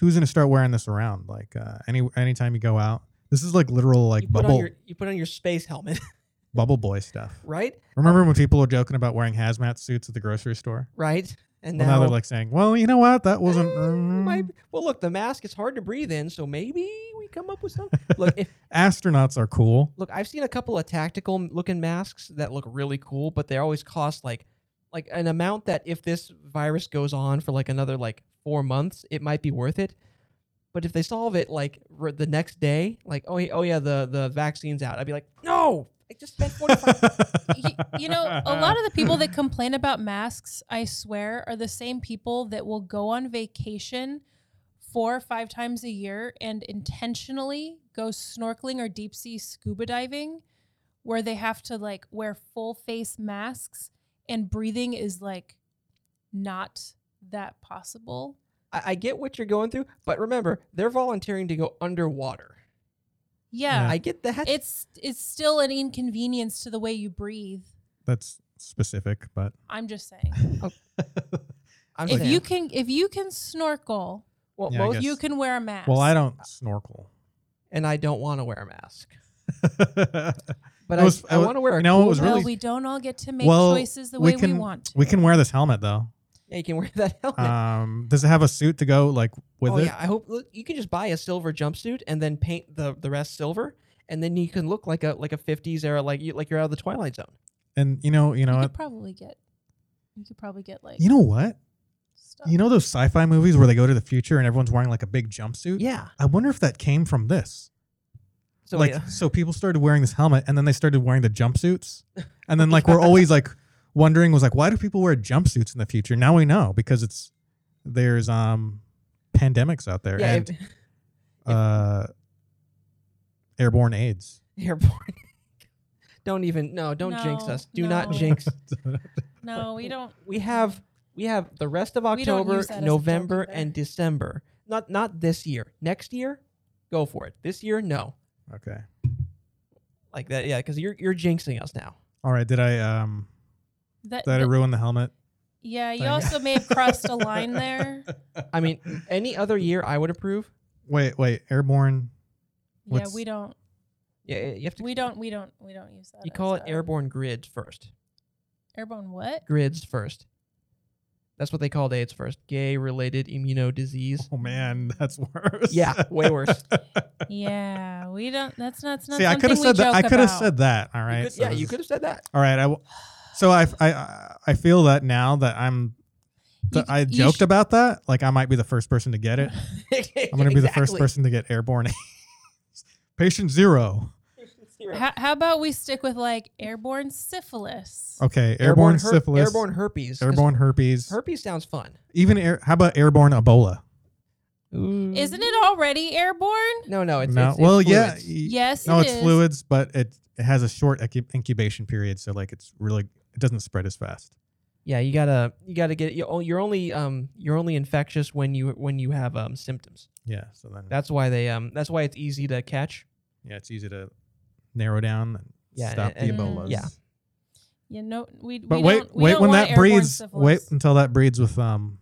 S3: who's gonna start wearing this around? Like, uh, any anytime you go out, this is like literal like
S1: you put on
S3: bubble
S1: your you put on your space helmet,
S3: bubble boy stuff.
S1: right?
S3: Remember when people were joking about wearing hazmat suits at the grocery store?
S1: Right. And
S3: Well, now, they're like saying, "Well, you know what? That wasn't."
S1: Uh, might
S3: mm."
S1: be- well, look, the mask is hard to breathe in, so maybe we come up with something. look, if,
S3: Astronauts are cool.
S1: look, I've seen a couple of tactical m- looking masks that look really cool, but they always cost like like an amount that if this virus goes on for like another like four months, it might be worth it. But if they solve it like r- the next day, like oh yeah, oh yeah, the the vaccine's out, I'd be like, no, I just spent forty five.
S2: Y- you know, a lot of the people that complain about masks, I swear, are the same people that will go on vacation four or five times a year and intentionally go snorkeling or deep sea scuba diving where they have to like wear full face masks and breathing is like not that possible.
S1: I, I get what you're going through, but remember, they're volunteering to go underwater.
S2: Yeah.
S1: I get that.
S2: It's it's still an inconvenience to the way you breathe.
S3: That's specific, but
S2: I'm just saying.
S1: I'm
S2: if
S1: saying,
S2: you can if you can snorkel,
S1: well,
S3: Yeah, I
S1: most-
S3: guess.
S2: you can wear a mask.
S3: Well, I don't snorkel.
S1: and I don't want to wear a mask, but
S3: It was-
S1: I,
S3: it
S1: I
S3: was-
S1: want to wear a
S3: you know, it
S1: cool
S3: was
S2: Well,
S3: really-
S2: we don't all get to make
S3: Well,
S2: choices the
S3: we
S2: way we
S3: can-
S2: want.
S3: we can wear this helmet though.
S1: Yeah, you can wear that helmet.
S3: Um, does it have a suit to go like with
S1: oh
S3: it?
S1: yeah, I hope look, you can just buy a silver jumpsuit and then paint the, the rest silver, and then you can look like a like a 50s era, like you like you're out of the Twilight Zone.
S3: And you know, you know
S2: you
S3: what?
S2: could probably get. You could probably get like
S3: You know what?
S2: stuff.
S3: You know those sci-fi movies where they go to the future and everyone's wearing like a big jumpsuit?
S1: Yeah.
S3: I wonder if that came from this.
S1: So
S3: like
S1: yeah.
S3: so people started wearing this helmet and then they started wearing the jumpsuits. And then like we're always like wondering was like why do people wear jumpsuits in the future? Now we know because it's there's um pandemics out there
S1: yeah,
S3: and
S1: if-
S3: uh airborne AIDS.
S1: airborne. don't even no, don't jinx
S2: No,
S1: us. Do not
S2: no.
S1: jinx.
S2: no, we don't.
S1: We have we have the rest of
S2: We don't
S1: October,
S2: use that as a joke
S1: November, and
S2: either.
S1: December. Not not this year. Next year, go for it. This year, no.
S3: okay.
S1: Like that, yeah, because you're you're jinxing us now.
S3: All right, did I um
S2: That,
S3: did I
S2: that-
S3: ruin the helmet?
S2: yeah, you
S3: thing?
S2: also may have crossed a line there.
S1: I mean, any other year I would approve.
S3: Wait, wait, airborne
S2: Yeah,
S3: What's-
S2: we don't.
S1: Yeah, you have to.
S2: We don't. We don't. We don't use that.
S1: You call
S2: as
S1: it
S2: a-
S1: airborne grids first.
S2: Airborne what?
S1: Grids first. That's what they called AIDS first. Gay related immuno disease.
S3: Oh man, that's worse.
S1: Yeah, way worse.
S2: yeah, we don't. That's not. That's not
S3: See, I could
S2: something
S3: have
S2: we
S3: said that. I
S2: joke
S3: could have
S2: about.
S3: said that. All right.
S1: You could-
S3: so
S1: yeah,
S3: this
S1: you
S3: is-
S1: could have said that.
S3: All right. I, w- so I, I I feel that now that I'm
S2: You
S3: that I
S2: c- you
S3: joked
S2: sh-
S3: about that. Like I might be the first person to get it. I'm gonna be the first
S1: Exactly.
S3: person to get airborne. Patient zero.
S2: How, how about we stick with like airborne syphilis?
S3: Okay. Airborne,
S1: her-
S3: syphilis.
S1: airborne herpes. 'cause
S3: airborne herpes.
S1: herpes sounds fun.
S3: Even air, how about airborne Ebola?
S2: Isn't it already airborne?
S1: No, no, Oh, it's,
S3: no.
S1: it's, it's
S3: well, yeah.
S1: fluids.
S3: y-
S2: Yes,
S3: No,
S2: it
S3: it's
S2: is.
S3: fluids, but it it has a short incu- incubation period, so like it's really it doesn't spread as fast.
S1: yeah. You gotta, you gotta get. you o- You're only, um, you're only infectious when you when you have um symptoms.
S3: Yeah. So then
S1: That's why they, um, that's why it's easy to catch.
S3: yeah, it's easy to narrow down and
S1: Yeah,
S3: stop
S1: and-
S3: the
S2: and-
S3: Ebolas.
S1: yeah.
S2: You know, we.
S3: But
S2: we
S3: wait,
S2: don't, we
S3: wait
S2: don't
S3: when
S2: want
S3: that
S2: airborne
S3: breeds. Wait
S2: syphilis.
S3: until that breeds with um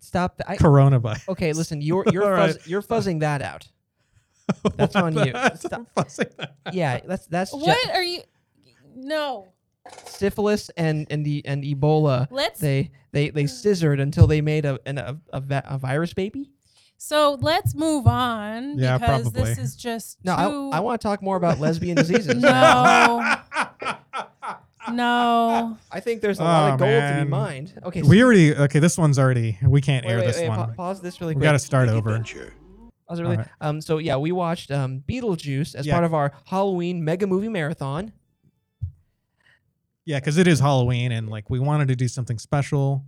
S1: Stop. The, I,
S3: coronavirus.
S1: okay, listen. You're you're
S3: All right.
S1: fuzz, you're fuzzing that out. That's on you. Stop. Yeah, that's that's ju-
S2: What are you? No.
S1: syphilis and and the and Ebola.
S2: Let's
S1: They they they scissored until they made a an, a, a, va- a virus baby.
S2: So let's move on
S3: Yeah,
S2: because
S3: probably.
S2: this is just
S1: No,
S2: too-
S1: I, I want to talk more about lesbian diseases.
S2: no, no.
S1: I think there's a lot
S3: Oh,
S1: of gold to
S3: man.
S1: be mined. Okay,
S3: We already okay. This one's already. We can't air this
S1: pa-
S3: one.
S1: pause this really
S3: We
S1: quick.
S3: got to start over.
S1: Pause it really-
S3: Alright.
S1: um, so yeah, we watched um, Beetlejuice as
S3: Yeah.
S1: part of our Halloween mega movie marathon.
S3: Yeah, because it is Halloween, and like we wanted to do something special.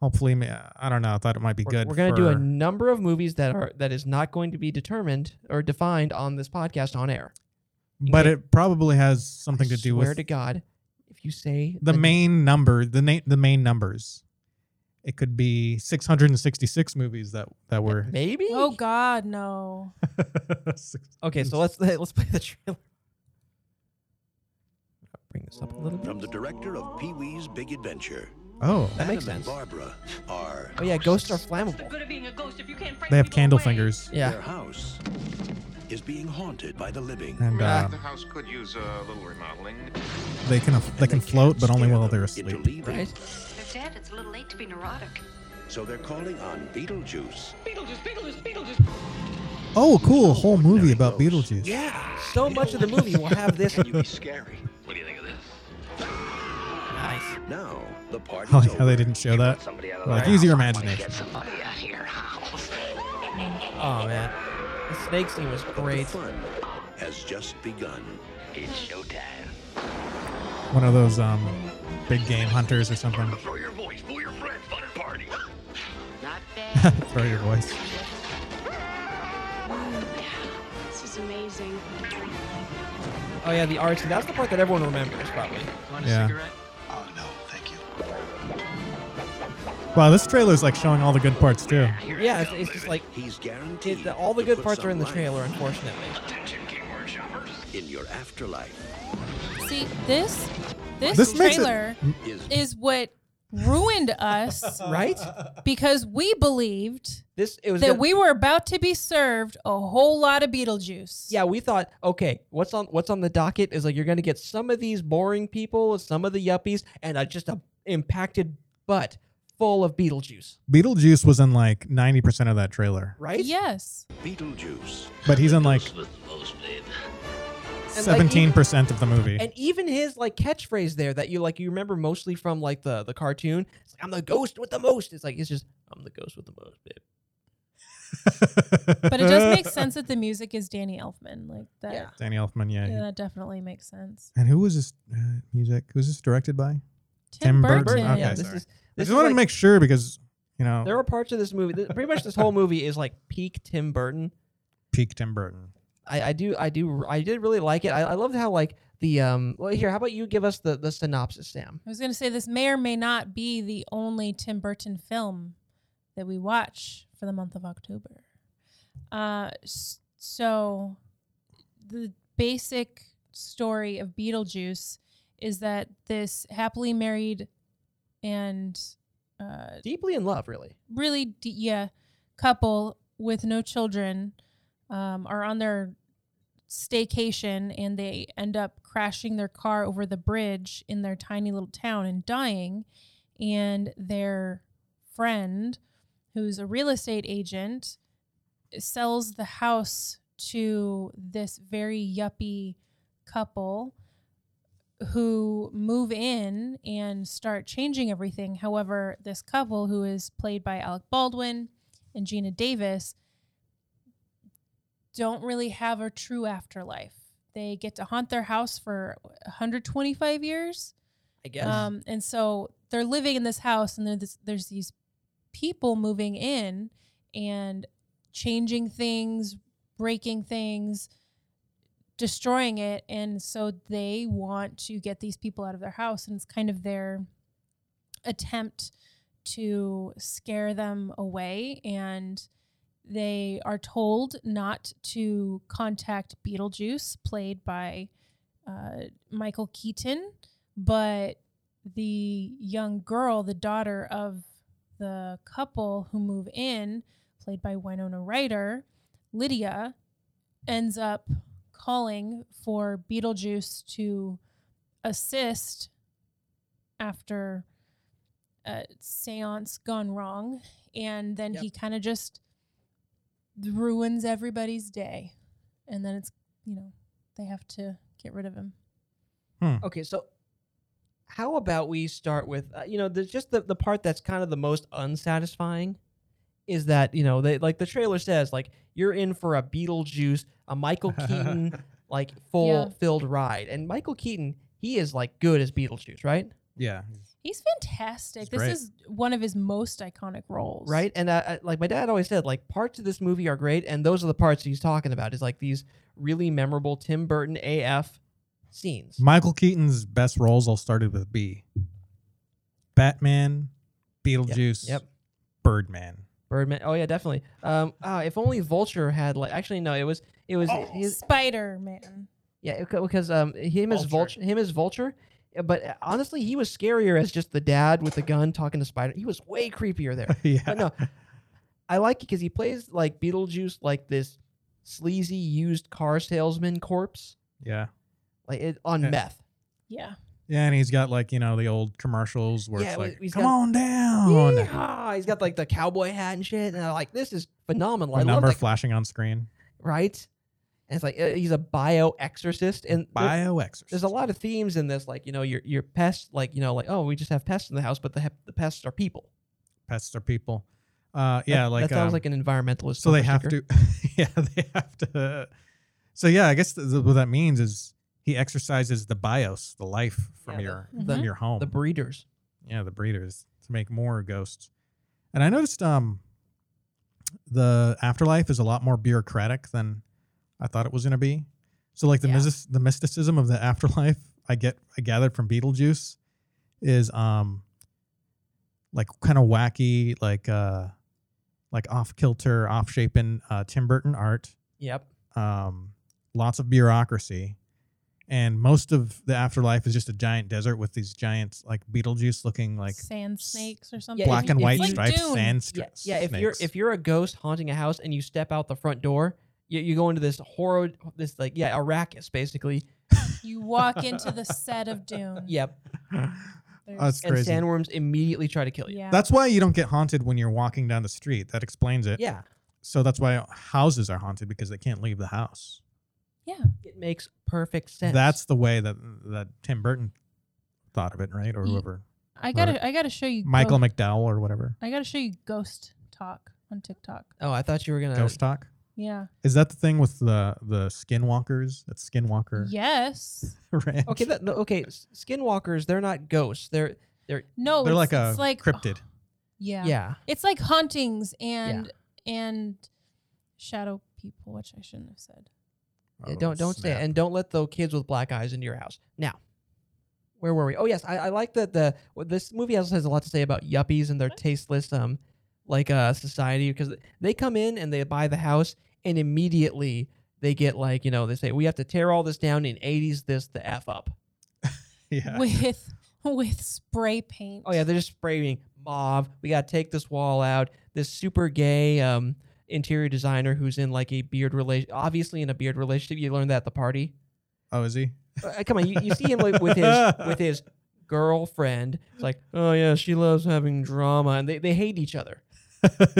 S3: Hopefully, ma- I don't know. I thought it might be
S1: We're,
S3: good.
S1: we're gonna do a
S3: for-
S1: number of movies that are that is not going to be determined or defined on this podcast on air.
S3: but it probably has something
S1: I
S3: to do
S1: swear
S3: with
S1: to God, if you say
S3: the
S1: n-
S3: main number. The na- the main numbers. It could be 666 movies that that were.
S1: maybe
S2: Oh God, no.
S3: Six-
S1: Okay, so let's let's play the trailer. Bring this up a little bit.
S7: From the director of Pee Wee's Big Adventure,
S3: oh,
S1: That makes
S7: Adam and
S1: sense.
S7: Barbara are
S1: Oh yeah, ghosts are flammable.
S8: good of being a ghost if you can't frighten
S3: they have
S8: people
S3: candle
S8: away?
S3: fingers
S1: Yeah.
S7: their house is being haunted by the living.
S3: and
S9: I mean, I
S3: uh,
S9: think the house could use uh, a little remodeling.
S3: they can af- they
S7: and
S3: can
S7: can't
S3: float, but only
S7: scare
S3: while
S7: them
S3: they're
S7: into
S3: asleep.
S7: leaving.
S1: Right.
S8: They're dead. It's a little late to be neurotic.
S7: So they're calling on Beetlejuice.
S8: Beetlejuice, Beetlejuice, Beetlejuice.
S3: Oh, cool! Whole movie about
S7: Ordinary ghosts.
S3: Beetlejuice.
S7: Yeah.
S1: So much of the movie will have this.
S7: Can you be scary?
S9: What do you think of this?
S1: Nice.
S7: Now the party's
S3: I like how
S7: over.
S3: Oh, they didn't show that.
S9: Somebody out of
S3: Like,
S9: their
S3: use
S9: house.
S3: your
S9: I wanna
S3: imagination.
S9: Get somebody out of your house.
S1: Oh man, the snake scene was
S7: But the
S1: great.
S7: fun has just begun.
S9: It's showtime.
S3: One of those um, big game hunters or something.
S9: Throw your voice, fool your friends, fun and party.
S5: Not bad.
S3: Throw your voice.
S8: This is amazing.
S1: Oh yeah, the art scene. That's the part that everyone remembers probably.
S3: Yeah.
S7: Oh no, thank you.
S3: Wow, this trailer's like showing all the good parts too.
S1: Yeah, it's, it's just like
S7: He's guaranteed.
S1: it, the, all the
S7: to
S1: good
S7: put
S1: parts are in the
S7: some life
S1: trailer, unfortunately.
S9: Attention, King Workshoppers.
S7: In your afterlife
S2: See this, this,
S3: This makes it-
S2: trailer
S7: is
S2: is what ruined us
S1: Right?
S2: because we believed
S1: This it was
S2: that
S1: gonna-
S2: we were about to be served a whole lot of Beetlejuice.
S1: Yeah, we thought, okay, what's on what's on the docket is like you're gonna get some of these boring people, some of the yuppies, and a, just a impacted butt full of Beetlejuice,
S3: Beetlejuice was in like 90% of that trailer,
S1: right?
S2: Yes.
S7: Beetlejuice.
S3: but he's in like
S9: Smith most, babe.
S3: 17% of the movie.
S1: And even his like catchphrase there that you like you remember mostly from like the the cartoon. It's like I'm the ghost with the most. It's like it's just I'm the ghost with the most, babe.
S2: But it does make sense that the music is Danny Elfman. Like that.
S1: Yeah.
S3: Danny Elfman, yeah.
S2: yeah, that definitely makes sense.
S3: And who was this uh, music? Who was this directed by?
S2: Tim,
S3: Tim
S2: Burton.
S3: Burton,
S1: Burton,
S3: okay,
S1: yeah, this
S3: sorry.
S1: is
S3: I
S1: this
S3: just
S1: is
S3: wanted to
S1: like-
S3: make sure because, you know,
S1: there are parts of this movie. th- pretty much this whole movie is like peak Tim Burton.
S3: peak Tim Burton.
S1: I, I do I do I did really like it. I, I loved how like the um well here, how about you give us the the synopsis, Sam?
S2: I was going to say this may or may not be the only Tim Burton film that we watch for the month of October. Uh, s- so, the basic story of Beetlejuice is that this happily married and uh,
S1: Deeply in love, really.
S2: really d yeah couple with no children um, are on their staycation and they end up crashing their car over the bridge in their tiny little town and dying and their friend who's a real estate agent sells the house to this very yuppie couple who move in and start changing everything. However, this couple, who is played by Alec Baldwin and Gina Davis, don't really have a true afterlife. They get to haunt their house for 125 years.
S1: I guess.
S2: Um, and so they're living in this house, and there's, there's these people moving in and changing things, breaking things, destroying it. And so they want to get these people out of their house, and it's kind of their attempt to scare them away. And they are told not to contact Beetlejuice, played by uh, Michael Keaton but the young girl, the daughter of the couple who move in, played by Winona Ryder, Lydia, ends up calling for Beetlejuice to assist after a seance gone wrong. And then he kind of just ruins everybody's day. And then it's, you know, they have to get rid of him.
S1: okay, so how about we start with uh, you know there's just the, the part that's kind of the most unsatisfying is that you know they like the trailer says like you're in for a Beetlejuice a Michael Keaton like full
S2: Yeah.
S1: filled ride and Michael Keaton he is like good as Beetlejuice right
S3: Yeah.
S2: He's fantastic.
S3: He's
S2: this
S3: great.
S2: is one of his most iconic roles.
S1: right and uh, uh, like my dad always said like parts of this movie are great and those are the parts he's talking about is like these really memorable Tim Burton AF scenes
S3: Michael Keaton's best roles all started with B. Batman, Beetlejuice,
S1: yep.
S3: Birdman.
S1: Birdman. Oh yeah, definitely. Um, ah, if only Vulture had like. Actually, no. It was it was his,
S2: Spider Man.
S1: yeah because um him as
S7: Vulture.
S1: Vulture him as Vulture, uh, but uh, honestly he was scarier as just the dad with the gun talking to Spider. He was way creepier there.
S3: yeah.
S1: But no, I like it because he plays like Beetlejuice like this sleazy used car salesman corpse
S3: Yeah.
S1: like it, on
S3: Yeah.
S1: meth.
S2: Yeah.
S3: Yeah, and he's got like, you know, the old commercials where
S1: Yeah,
S3: it's
S1: we-
S3: like,
S1: we've
S3: come
S1: got-
S3: on down.
S1: Yeehaw! He's got like the cowboy hat and shit, and I'm like this is phenomenal. I
S3: A
S1: love
S3: number
S1: that,
S3: flashing on screen.
S1: right? And it's like uh, he's a bio exorcist, and there-
S3: Bio exorcist.
S1: there's a lot of themes in this, like you know, your your pests, like you know, like oh, we just have pests in the house, but the hep- the pests are people.
S3: pests are people. Uh, yeah,
S1: that,
S3: like
S1: that sounds
S3: um,
S1: like an environmentalist.
S3: so they
S1: bumper
S3: have
S1: sticker.
S3: to. yeah, they have to. So yeah, I guess th- th- what that means is he exercises the bios, the life from
S1: Yeah, the-
S3: your
S2: the-
S3: from your home.
S1: the breeders.
S3: yeah, the breeders to make more ghosts. And I noticed um the afterlife is a lot more bureaucratic than I thought it was going to be. So like the
S2: Yeah.
S3: mysis- the mysticism of the afterlife I get I gathered from Beetlejuice is um like kind of wacky like uh like off-kilter, off-shapen uh Tim Burton art
S1: Yep.
S3: um, lots of bureaucracy, and most of the afterlife is just a giant desert with these giant like Beetlejuice looking like
S2: sand snakes or something.
S1: Yeah,
S3: black
S1: if-
S3: and
S1: if
S3: white
S1: you-
S2: Like
S3: striped
S2: Dune.
S3: sand stri-
S1: yeah, yeah if you're
S3: snakes.
S1: if you're a ghost haunting a house and you step out the front door you, you go into this horror this like yeah arrakis basically
S2: You walk into the set of Dune.
S1: yep
S2: There's-
S3: that's
S1: and
S3: crazy.
S1: sandworms immediately try to kill you
S2: yeah.
S3: Oh, That's why you don't get haunted when you're walking down the street. That explains it.
S1: yeah
S3: So that's why houses are haunted because they can't leave the house.
S2: yeah.
S1: it makes perfect sense
S3: That's the way that that Tim Burton thought of it, right? Or
S2: Ye-
S3: whoever
S2: I gotta
S3: Right.
S2: I gotta show you
S3: Michael
S2: ghost,
S3: McDowell or whatever.
S2: I gotta show you ghost talk on TikTok.
S1: oh i thought you were gonna
S3: Ghost Talk.
S2: Yeah.
S3: Is that the thing with the the skinwalkers? That's skinwalker.
S2: Yes.
S3: ranch?
S1: okay that, no, okay s- skinwalkers they're not ghosts they're they're
S2: No.
S3: They're
S2: it's,
S3: like a
S2: it's like
S3: cryptid.
S2: Yeah.
S1: yeah
S2: It's like hauntings and and shadow people, which I shouldn't have said.
S1: Yeah,
S3: Oh,
S1: don't don't say it, and don't let the kids with black eyes into your house. Now, where were we? Oh yes, I, I like that the well, this movie also has a lot to say about yuppies and their tasteless um like uh society because they come in and they buy the house and immediately they get like you know they say we have to tear all this down in eighties this the f up.
S3: yeah.
S2: With with spray paint.
S1: Oh yeah, they're just spraying mauve. We gotta take this wall out. This super gay um interior designer who's in like a beard relation obviously in a beard relationship you learned that at the party
S3: Oh, is he?
S1: Uh, come on, you, you see him like, with his with his girlfriend. It's like, oh yeah, she loves having drama, and they, they hate each other.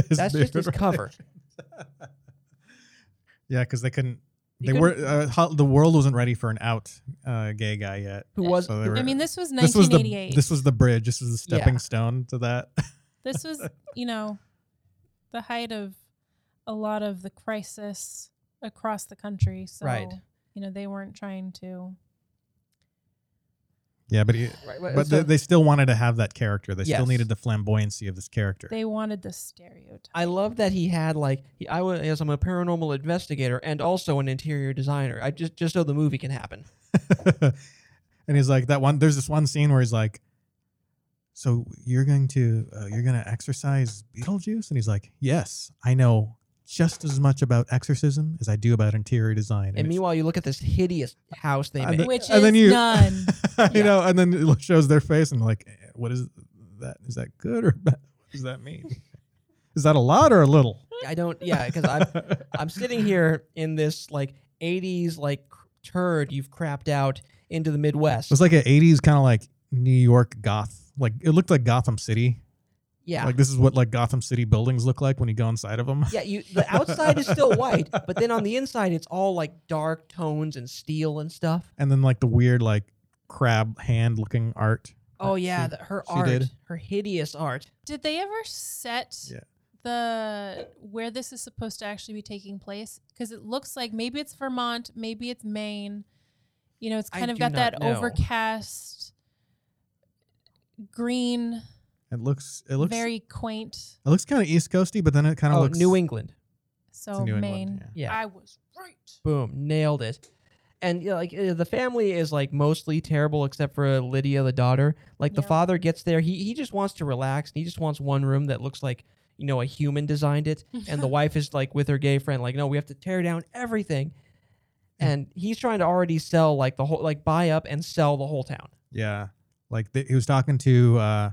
S3: His
S1: That's just his
S3: beard.
S1: cover.
S3: Yeah, because they couldn't.
S1: He
S3: They were
S1: couldn't-
S3: uh, ho- the world wasn't ready for an out uh, gay guy yet.
S1: Who was
S3: So they were,
S2: I mean this was
S3: this was
S2: nineteen eighty
S3: the
S2: eight.
S3: this was the bridge. This was the
S1: Yeah.
S3: stepping stone to that.
S2: this was you know the height of a lot of the crisis across the country so
S1: Right.
S2: you know they weren't trying to
S3: yeah, but he,
S1: right,
S3: but
S1: so
S3: they, they still wanted to have that character. They still
S1: Yes.
S3: needed the flamboyancy of this character.
S2: they wanted the stereotype
S1: I love that he had like he, I was yes, I'm a paranormal investigator and also an interior designer. I just just so the movie can happen.
S3: and he's like that one. There's this one scene where he's like, "So you're going to uh, you're going to exercise Beetlejuice?" And he's like, "Yes, I know just as much about exorcism as I do about interior design."
S1: And
S3: it's-
S1: meanwhile, you look at this hideous house they
S3: and
S1: made.
S3: the-
S2: Which
S3: and then
S2: is
S3: you,
S2: none.
S3: you
S1: Yeah.
S3: know, and then it shows their face and like, "Eh, what is that? Is that good or bad? What does that mean? is that a lot or a little?
S1: I don't, yeah, because I'm I'm sitting here in this like '80s like cr- turd you've crapped out into the Midwest.
S3: It was like an '80s kind of like New York goth. Like it looked like Gotham City.
S1: yeah,
S3: Like this is what like Gotham City buildings look like when you go inside of them.
S1: Yeah, you the outside is still white, but then on the inside it's all like dark tones and steel and stuff.
S3: And then like the weird like crab hand looking art.
S1: Oh yeah,
S3: she-
S1: the, her
S3: she
S1: art,
S3: did.
S1: her hideous art.
S2: did they ever set
S3: Yeah.
S2: the where this is supposed to actually be taking place because it looks like maybe it's vermont maybe it's maine you know it's
S1: I
S2: kind of
S1: do
S2: got
S1: not
S2: that
S1: know.
S2: overcast green
S3: It looks it looks
S2: very quaint
S3: it looks kind of East Coasty, but then it kind of
S1: Oh,
S3: looks
S1: New England.
S3: it's
S2: so
S3: New
S2: maine
S3: England, yeah.
S1: Yeah.
S2: i was right
S1: Boom, nailed it. And you know, like uh, the family is like mostly terrible except for uh, Lydia the daughter. Like the
S2: Yeah.
S1: father gets there, he he just wants to relax and he just wants one room that looks like you know a human designed it. And the wife is like with her gay friend, like no, we have to tear down everything. And he's trying to already sell like the whole like buy up and sell the whole town.
S3: Yeah. Like th- he was talking to uh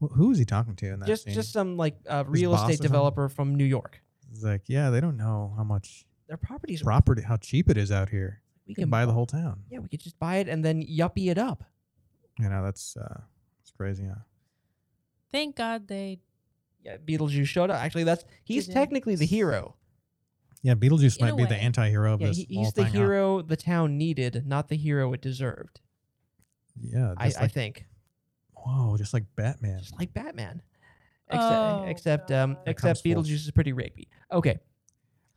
S3: wh- who was he talking to in that
S1: just
S3: scene?
S1: just some like uh, real
S3: boss or
S1: estate
S3: something?
S1: developer from New York.
S3: He's like, yeah, they don't know how much
S1: Their properties are
S3: property how cheap it is out here.
S1: we
S3: You can buy the whole town.
S1: Yeah, we could just buy it and then yuppie it up.
S3: You know, that's uh it's crazy, huh?
S2: thank god they
S1: Yeah, Beetlejuice showed up. Actually, that's he's
S2: did.
S1: technically the hero.
S3: Yeah, Beetlejuice
S2: In a
S3: might be the
S2: way.
S3: anti hero of
S1: Yeah,
S3: this.
S1: he,
S3: whole
S1: he's the
S3: thing, huh?
S1: hero the town needed, not the hero it deserved.
S3: Yeah,
S1: I,
S3: just
S1: I
S3: like-
S1: think,
S3: Whoa, just like Batman.
S1: just like Batman. Except,
S2: Oh,
S1: except, um,
S2: God.
S3: Here
S1: except
S3: comes Wolf.
S1: Beetlejuice is pretty rapey. Okay,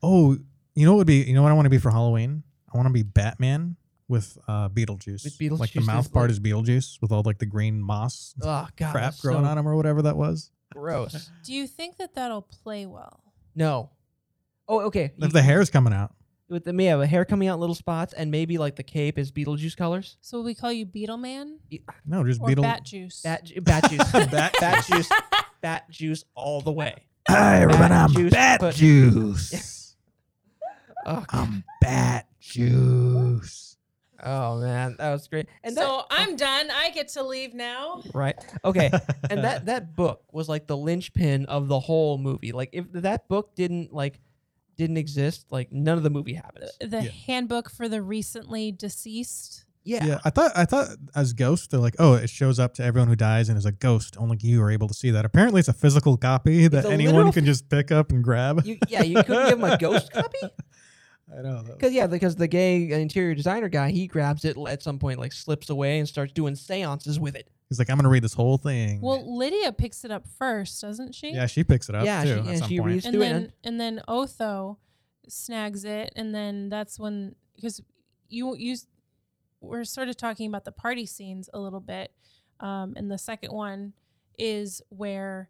S3: Oh, you know what would be? You know what I want to be for Halloween? I want to be Batman with uh, Beetlejuice.
S1: With Beetlejuice
S3: Like the
S1: as,
S3: mouth part
S1: like-
S3: is Beetlejuice with all like the green moss
S1: oh god,
S3: crap
S1: that's
S3: growing
S1: so
S3: on him or whatever that was.
S1: gross.
S2: do you think that that'll play well
S1: No. Oh, okay.
S3: If the hair's coming out,
S1: with the yeah, the hair coming out in little spots, and maybe like the cape is Beetlejuice colors.
S2: so we call you beetle man
S3: no, just
S2: or
S3: Beetle.
S2: bat juice
S1: Bat, ju- bat juice. bat,
S3: Bat
S1: juice. Bat juice all the way.
S3: Hey,
S1: everyone, I'm juice, Bat but-
S3: juice.
S1: Oh,
S3: I'm bat juice.
S1: Oh man, that was great. And that-
S2: so
S3: oh.
S2: I'm done. I get to leave now.
S1: right. Okay. and that that book was like the linchpin of the whole movie. Like if that book didn't like didn't exist, like none of the movie happens.
S2: The
S3: Yeah.
S2: handbook for the recently deceased.
S1: Yeah.
S3: Yeah, I thought I thought as Ghost, they're like, oh, it shows up to everyone who dies and is a ghost. Only you are able to see that. Apparently, it's a physical copy that
S1: a
S3: anyone
S1: literal-
S3: can just pick up and grab.
S1: You, yeah, you couldn't give him a ghost copy?
S3: I know. that-
S1: Because yeah, because the gay interior designer guy, he grabs it at some point, like slips away and starts doing seances with it.
S3: He's like, I'm gonna read this whole thing.
S2: Well, Lydia picks it up first, doesn't she?
S3: Mm. yeah, she picks it up
S1: Yeah, she-
S3: too
S1: yeah,
S3: at some
S1: she
S3: point.
S1: reads- Let's
S2: and
S1: do it,
S2: then
S1: Ann.
S2: and then Otho snags it, and then that's when because you you s- we're sort of talking about the party scenes a little bit, um, and the second one is where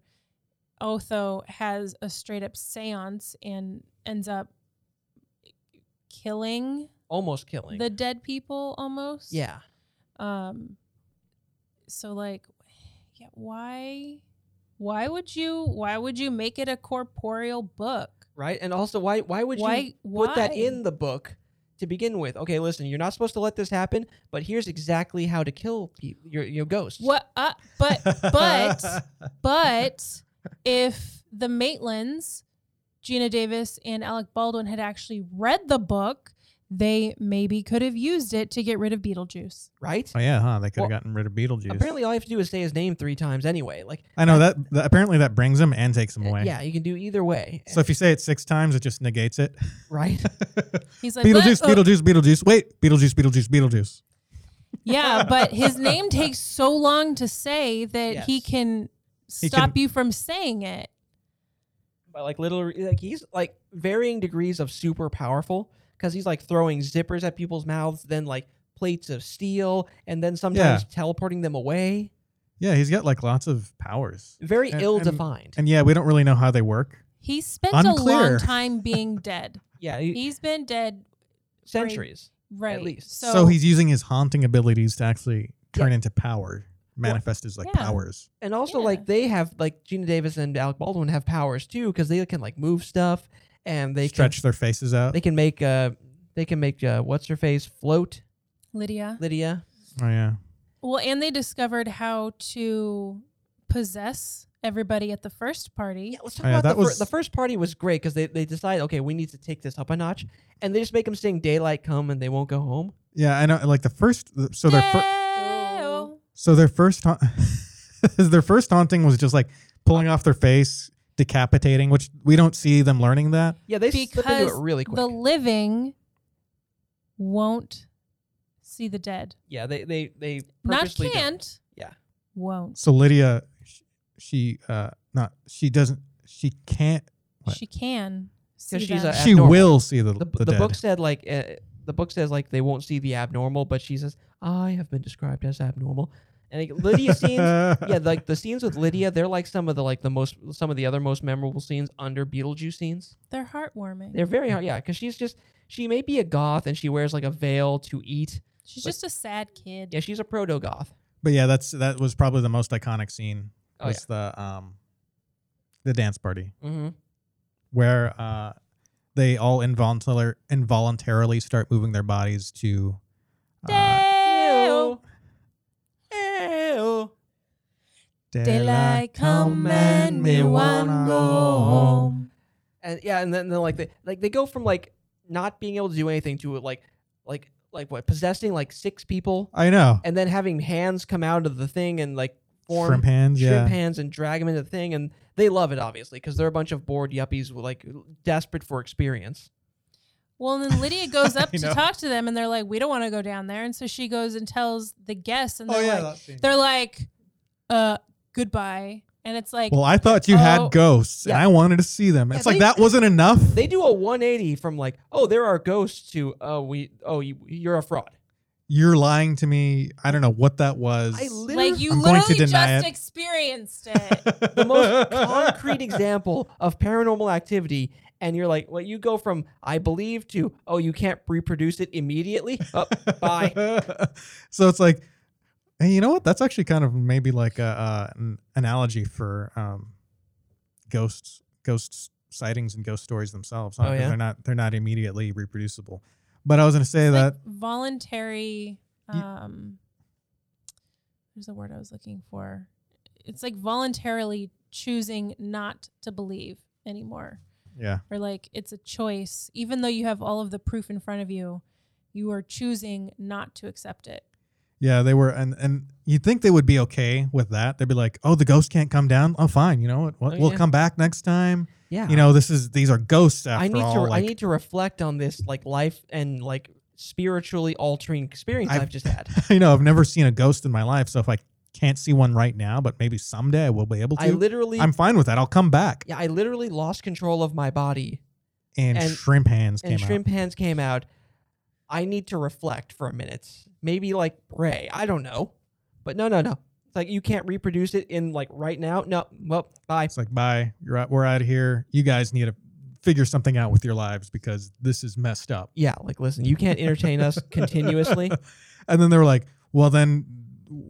S2: Otho has a straight up seance and ends up killing
S1: Almost killing.
S2: the dead people almost.
S1: yeah.
S2: Um. So like, yeah. Why? Why would you? Why would you make it a corporeal book?
S1: Right? And also why why would
S2: why?
S1: you
S2: why?
S1: put that in the book to begin with? Okay, listen, you're not supposed to let this happen, but here's exactly how to kill people, your your ghosts.
S2: What? Uh, but but but if the Maitlands, Gina Davis and Alec Baldwin had actually read the book, they maybe could have used it to get rid of Beetlejuice.
S1: Right?
S3: oh yeah, huh? They could have
S1: Well,
S3: gotten rid of Beetlejuice.
S1: Apparently all you have to do is say his name three times anyway. Like
S3: I know that, that. Apparently, that brings him and takes him away.
S1: Uh, yeah, you can do either way.
S3: So if you say it six times, it just negates it.
S1: right?
S2: He's like "Let-
S3: Beetlejuice,
S2: oh."
S3: Beetlejuice, Beetlejuice. Wait, Beetlejuice, Beetlejuice, Beetlejuice.
S2: Yeah, but his name takes so long to say that he
S1: Yes.
S2: can
S3: He
S2: stop
S3: can-
S2: you from saying it.
S1: But like little like he's like varying degrees of super powerful because he's like throwing zippers at people's mouths, then like plates of steel, and then sometimes teleporting them away.
S3: Yeah, he's got like lots of powers.
S1: Very
S3: And-
S1: ill defined.
S3: And yeah, we don't really know how they work.
S2: He spent a long
S3: Unclear.
S2: time being dead.
S1: Yeah, he-
S2: He's been dead
S1: centuries.
S2: right
S1: least.
S2: So,
S3: So, he's using his haunting abilities to actually turn into power, manifest his like
S2: yeah.
S3: powers.
S1: And also
S2: Yeah.
S1: like they have like Gina Davis and Alec Baldwin have powers too because they can like move stuff and they
S3: stretch
S1: Can,
S3: their faces out.
S1: they can make uh they can make uh what's her face float
S2: Lydia.
S1: Lydia.
S3: oh yeah,
S2: Well, and they discovered how to possess everybody at the first party.
S1: Yeah, let's talk
S3: Oh, yeah,
S1: about
S3: that
S1: the, fir-
S3: was-
S1: the first party was great because they they decide okay we need to take this up a notch and they just make them sing daylight come and they won't go home.
S3: yeah. I know. Like the first, so their fir-
S2: Oh.
S3: so their first ha- their first haunting was just like pulling off their face, decapitating, which we don't see them learning that.
S1: Yeah, they slip into it
S2: Because
S1: really quick.
S2: The living won't see the dead.
S1: yeah, they they they
S2: Not
S1: purposely don't.
S2: can't.
S1: Yeah.
S2: Won't.
S3: So Lydia, sh- she uh not she doesn't she can't What?
S2: She can. See
S1: she's
S2: them.
S1: a-
S3: she
S1: Abnormal.
S3: will see the the,
S1: The, the,
S3: dead.
S1: book said like uh, the book says like they won't see the abnormal, but she says I have been described as abnormal. And like, Lydia scenes yeah, like the scenes with Lydia, they're like some of the like the most some of the other most memorable scenes under Beetlejuice scenes.
S2: They're heartwarming.
S1: They're very hard, yeah, because she's just she may be a goth and she wears like a veil to eat.
S2: She's just a sad kid.
S1: Yeah, she's a proto goth.
S3: But yeah, that's that was probably the most iconic scene.
S1: Oh,
S3: was the um the dance party
S1: Mm-hmm.
S3: where uh they all involuntarily involuntarily start moving their bodies to uh,
S2: Dale. Daylight come and me one go home.
S1: And yeah, and then, then like they like they go from like not being able to do anything to like like like what possessing like six people
S3: I know.
S1: and then having hands come out of the thing and like form
S3: Shrimp hands, yeah.
S1: shrimp hands and drag them into the thing, and they love it obviously because they're a bunch of bored yuppies like desperate for experience.
S2: Well, and then Lydia goes up
S3: I
S2: to
S3: know.
S2: talk to them, and they're like, "We don't want to go down there." And so she goes and tells the guests, and
S3: oh
S2: they're
S3: yeah,
S2: like,
S3: that scene.
S2: "They're like, uh, goodbye." And it's like,
S3: Well, I thought you
S2: oh,
S3: had ghosts and
S1: yeah.
S3: I wanted to see them.
S1: Yeah,
S3: It's like
S1: they-
S3: that wasn't enough.
S1: They do a 180 from like, oh, there are ghosts to, oh, we, oh, you, you're a fraud.
S3: You're lying to me. I don't know what that was.
S1: I literally
S2: like you
S3: I'm going to
S2: literally just
S3: deny it.
S2: experienced it.
S1: the most concrete example of paranormal activity, and you're like, well, you go from I believe to, oh, you can't reproduce it immediately. Oh, bye.
S3: so it's like, hey, you know what? That's actually kind of maybe like a, uh, an analogy for um, ghosts, ghosts sightings, and ghost stories themselves. Huh?
S1: Oh,
S3: 'Cause
S1: yeah?
S3: They're not they're not immediately reproducible. But I was gonna say
S2: It's
S3: that
S2: like voluntary
S3: Ye-
S2: um there's the word i was looking for it's like voluntarily choosing not to believe anymore
S3: yeah,
S2: or like it's a choice even though you have all of the proof in front of you you are choosing not to accept it
S3: yeah, they were, and and you'd think they would be okay with that. They'd be like, oh, the ghost can't come down. Oh, fine, you know what? what
S1: Oh,
S3: we'll
S1: yeah.
S3: come back next time.
S1: Yeah.
S3: You know, this is these are ghosts after
S1: I need
S3: all.
S1: to
S3: like,
S1: I need to reflect on this like life and like spiritually altering experience
S3: I've-
S1: I've just had.
S3: you know, I've never seen a ghost in my life, so if I can't see one right now, but maybe someday I will be able to.
S1: I literally
S3: I'm fine with that. I'll come back.
S1: yeah, I literally lost control of my body
S3: And,
S1: And-
S3: shrimp hands
S1: and
S3: came
S1: shrimp hands came out. I need to reflect for a minute. Maybe like pray. I don't know. But no, no, no. It's like you can't reproduce it in like right now. No. Well, bye.
S3: out. It's like, bye. You're out, we're out of here. You guys need to figure something out with your lives because this is messed up.
S1: Yeah, like listen, you can't entertain us continuously.
S3: and then they were like, well, then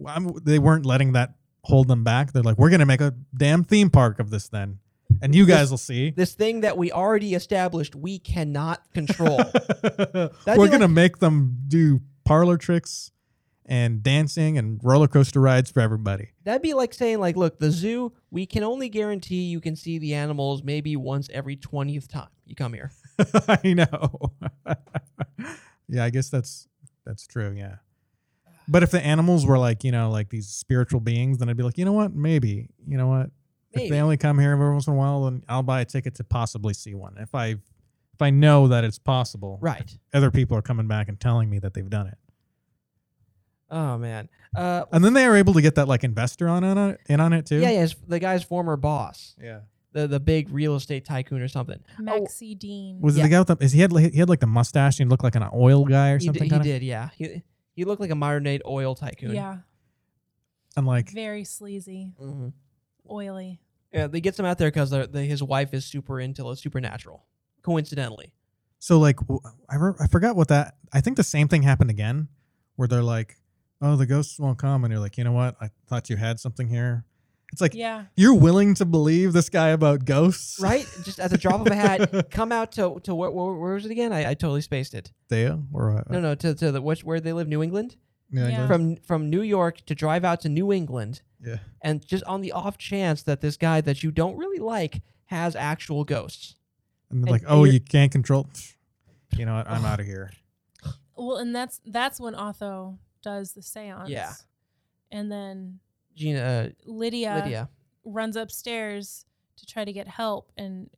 S3: I'm, they weren't letting that hold them back. They're like, we're gonna make a damn theme park of this then, and you guys will see.
S1: This thing that we already established we cannot control.
S3: we're gonna make them do parlor tricks and dancing and roller coaster rides for everybody.
S1: That'd be like saying, like, look, the zoo, we can only guarantee you can see the animals maybe once every twentieth time you come here.
S3: I know. yeah, I guess that's that's true. Yeah, but if the animals were like you know like these spiritual beings, then I'd be like, you know what, maybe you know what, if
S1: Maybe.
S3: they only come here every once in a while, then I'll buy a ticket to possibly see one. If I if I know that it's possible,
S1: Right.
S3: Other people are coming back and telling me that they've done it,
S1: Oh man. Uh,
S3: and then they are able to get that like investor on on it, in on it too.
S1: yeah, yeah. It's the guy's former boss,
S3: yeah.
S1: the the big real estate tycoon or something.
S2: maxie dean
S3: Was it
S1: Yeah.
S3: the guy with the? Is he had he had like the mustache and he looked like an oil guy or
S1: He, d-
S3: something?
S1: he
S3: kinda?
S1: did, yeah. He he looked like a modern day oil tycoon.
S2: yeah
S3: I'm like,
S2: very sleazy
S1: hmm
S2: oily
S1: Yeah, they gets him out there because the, his wife is super into the supernatural. Coincidentally,
S3: So like w- I re- I forgot what that I think the same thing happened again where they're like, "Oh, the ghosts won't come." And you're like, "You know what? I thought you had something here." It's like
S2: yeah
S3: you're willing to believe this guy about ghosts.
S1: right? Just at the drop of a hat, come out to to where, where, where was it again? I, I totally spaced it.
S3: Thea or uh,
S1: No, no, to to the which where they live, New England.
S3: New
S2: Yeah.
S3: England?
S1: from from New York to drive out to New England,
S3: yeah.
S1: and just on the off chance that this guy that you don't really like has actual ghosts.
S3: And
S1: And-
S3: they're like,
S1: and
S3: "Oh,
S1: you're-
S3: you can't control." You know what? I'm out of here.
S2: well and that's that's when otho does the seance
S1: Yeah.
S2: and then
S1: Gina, uh,
S2: lydia
S1: Lydia.
S2: runs upstairs to try to get help and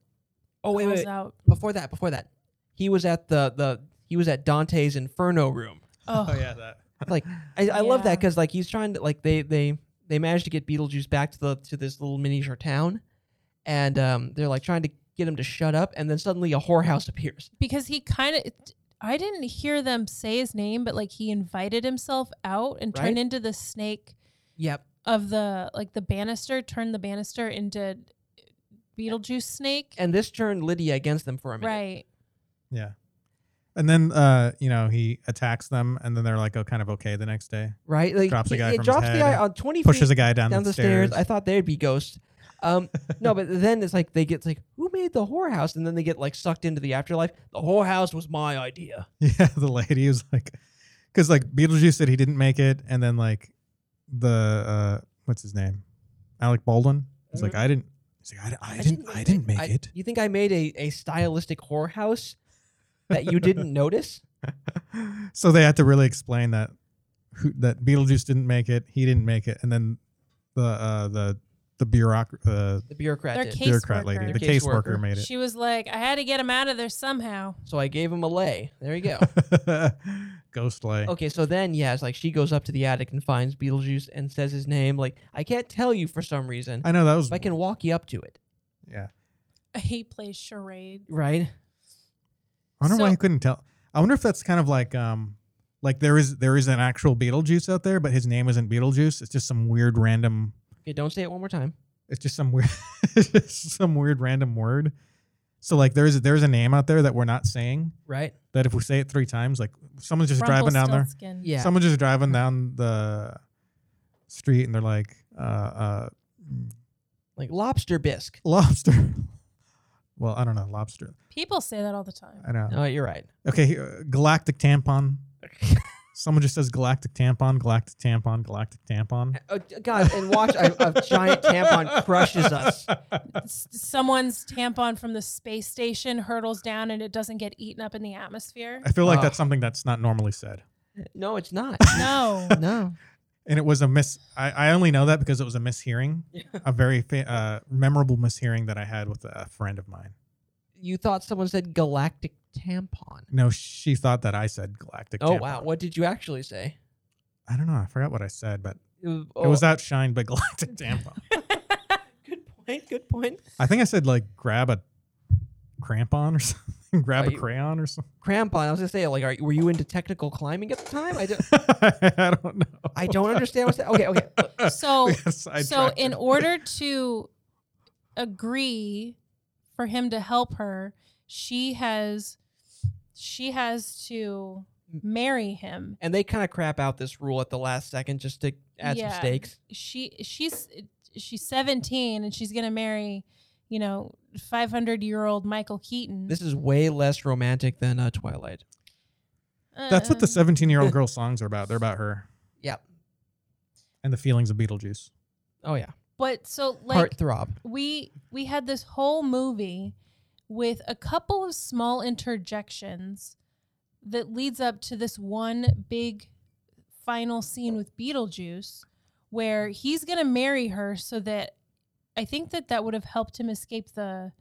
S1: Oh wait,
S2: calls
S1: wait, wait.
S2: out.
S1: before that, before that, he was at the the he was at Dante's Inferno room.
S2: Oh,
S3: yeah, that.
S1: Like I, I love that
S2: Yeah.
S1: because like he's trying to like they they they managed to get Beetlejuice back to the to this little miniature town, and um they're like trying to get him to shut up, and then suddenly a whorehouse appears.
S2: because he kind of. I didn't hear them say his name, but like he invited himself out and turned
S1: Right.
S2: into the snake
S1: Yep.
S2: of the like the banister, turned the banister into Beetlejuice snake.
S1: And this turned Lydia against them for a minute.
S2: right.
S3: Yeah. And then uh, you know, he attacks them and then they're like, "Oh, kind of okay the next day."
S1: Right. Like
S3: Drops a
S1: he-
S3: guy
S1: it
S3: from his
S1: drops
S3: head
S1: the guy
S3: and
S1: on twenty feet.
S3: Pushes a guy down,
S1: down the stairs. I thought they'd be ghosts. Um, no, but then it's like they get like, who made the whorehouse? And then they get like sucked into the afterlife. The whorehouse was my idea.
S3: Yeah, the lady was like, because like Beetlejuice said he didn't make it, and then like the uh what's his name, Alec Baldwin, he's like, I didn't. He's like, I, di- Mm-hmm. I didn't, I didn't make it.
S1: You think I made a, a stylistic whorehouse that you didn't notice?
S3: so they had to really explain that who that Beetlejuice didn't make it, he didn't make it, and then the uh the the bureaucrat, uh,
S1: The bureaucrat
S2: Their
S1: did.
S2: case-
S3: bureaucrat lady,
S2: Caseworker.
S3: the
S1: Caseworker.
S3: caseworker made it.
S2: She was like, I had to get him out of there somehow.
S1: So I gave him a lay. There you go.
S3: Ghost lay.
S1: okay, so then yeah, it's like she goes up to the attic and finds Beetlejuice and says his name. Like I can't tell you for some reason,
S3: I know that was
S1: but I can walk you up to it.
S3: yeah.
S2: He plays charade.
S1: Right?
S3: I wonder why
S2: So-
S3: he couldn't tell. I wonder if that's kind of like um like there is there is an actual Beetlejuice out there, but his name isn't Beetlejuice. It's just some weird random.
S1: Okay, don't say it one more time.
S3: It's just some weird it's just some weird random word. So like there is there's a name out there that we're not saying
S1: Right?
S3: that if we say it three times, like someone's just driving down there.
S2: Rumpelstiltskin.
S1: Yeah.
S3: Someone's just driving down the street and they're like uh uh
S1: like lobster bisque.
S3: lobster Well, I don't know. Lobster.
S2: People say that all the time.
S3: I know.
S1: No, you're right.
S3: Okay, he- uh, galactic tampon. Someone just says galactic tampon, galactic tampon, galactic tampon.
S1: Oh, God, and watch a, a giant tampon crushes us.
S2: S- Someone's tampon from the space station hurtles down and it doesn't get eaten up in the atmosphere.
S3: I feel like
S1: Ugh.
S3: that's something that's not normally said.
S1: No, it's not.
S2: No.
S1: No.
S3: And it was a miss. I, I only know that because it was a mishearing, a very fa- uh, memorable mishearing that I had with a friend of mine.
S1: You thought someone said galactic tampon.
S3: No, she thought that I said galactic.
S1: Oh,
S3: tampon.
S1: wow. What did you actually say?
S3: I don't know. I forgot what I said, but
S1: It was,
S3: it was outshined by galactic tampon.
S1: Oh, Good point. Good point.
S3: I think I said like grab a crampon or something, grab
S1: Are
S3: a
S1: you-
S3: crayon or something.
S1: Crampon. I was going to say, like, are, were you into technical climbing at the time? I don't,
S3: I don't know.
S1: I don't understand what's that. Okay, okay.
S2: So
S3: Yes, I
S2: so
S3: tried
S2: in
S3: to-
S2: order to agree for him to help her, she has she has to
S3: Mm.
S2: marry him.
S1: And they kind of crap out this rule at the last second just to add some
S2: Yeah.
S1: stakes.
S2: She she's she's 17 and she's going to marry, you know, 500-year-old Michael Keaton.
S1: This is way less romantic than uh, Twilight.
S3: That's what the
S2: Uh,
S3: 17 year old girl songs are about. They're about her
S1: Yeah.
S3: and the feelings of Beetlejuice.
S1: Oh, yeah.
S2: But so like
S1: Heartthrob.
S2: we we had this whole movie with a couple of small interjections that leads up to this one big final scene with Beetlejuice where he's going to marry her so that I think that that would have helped him escape the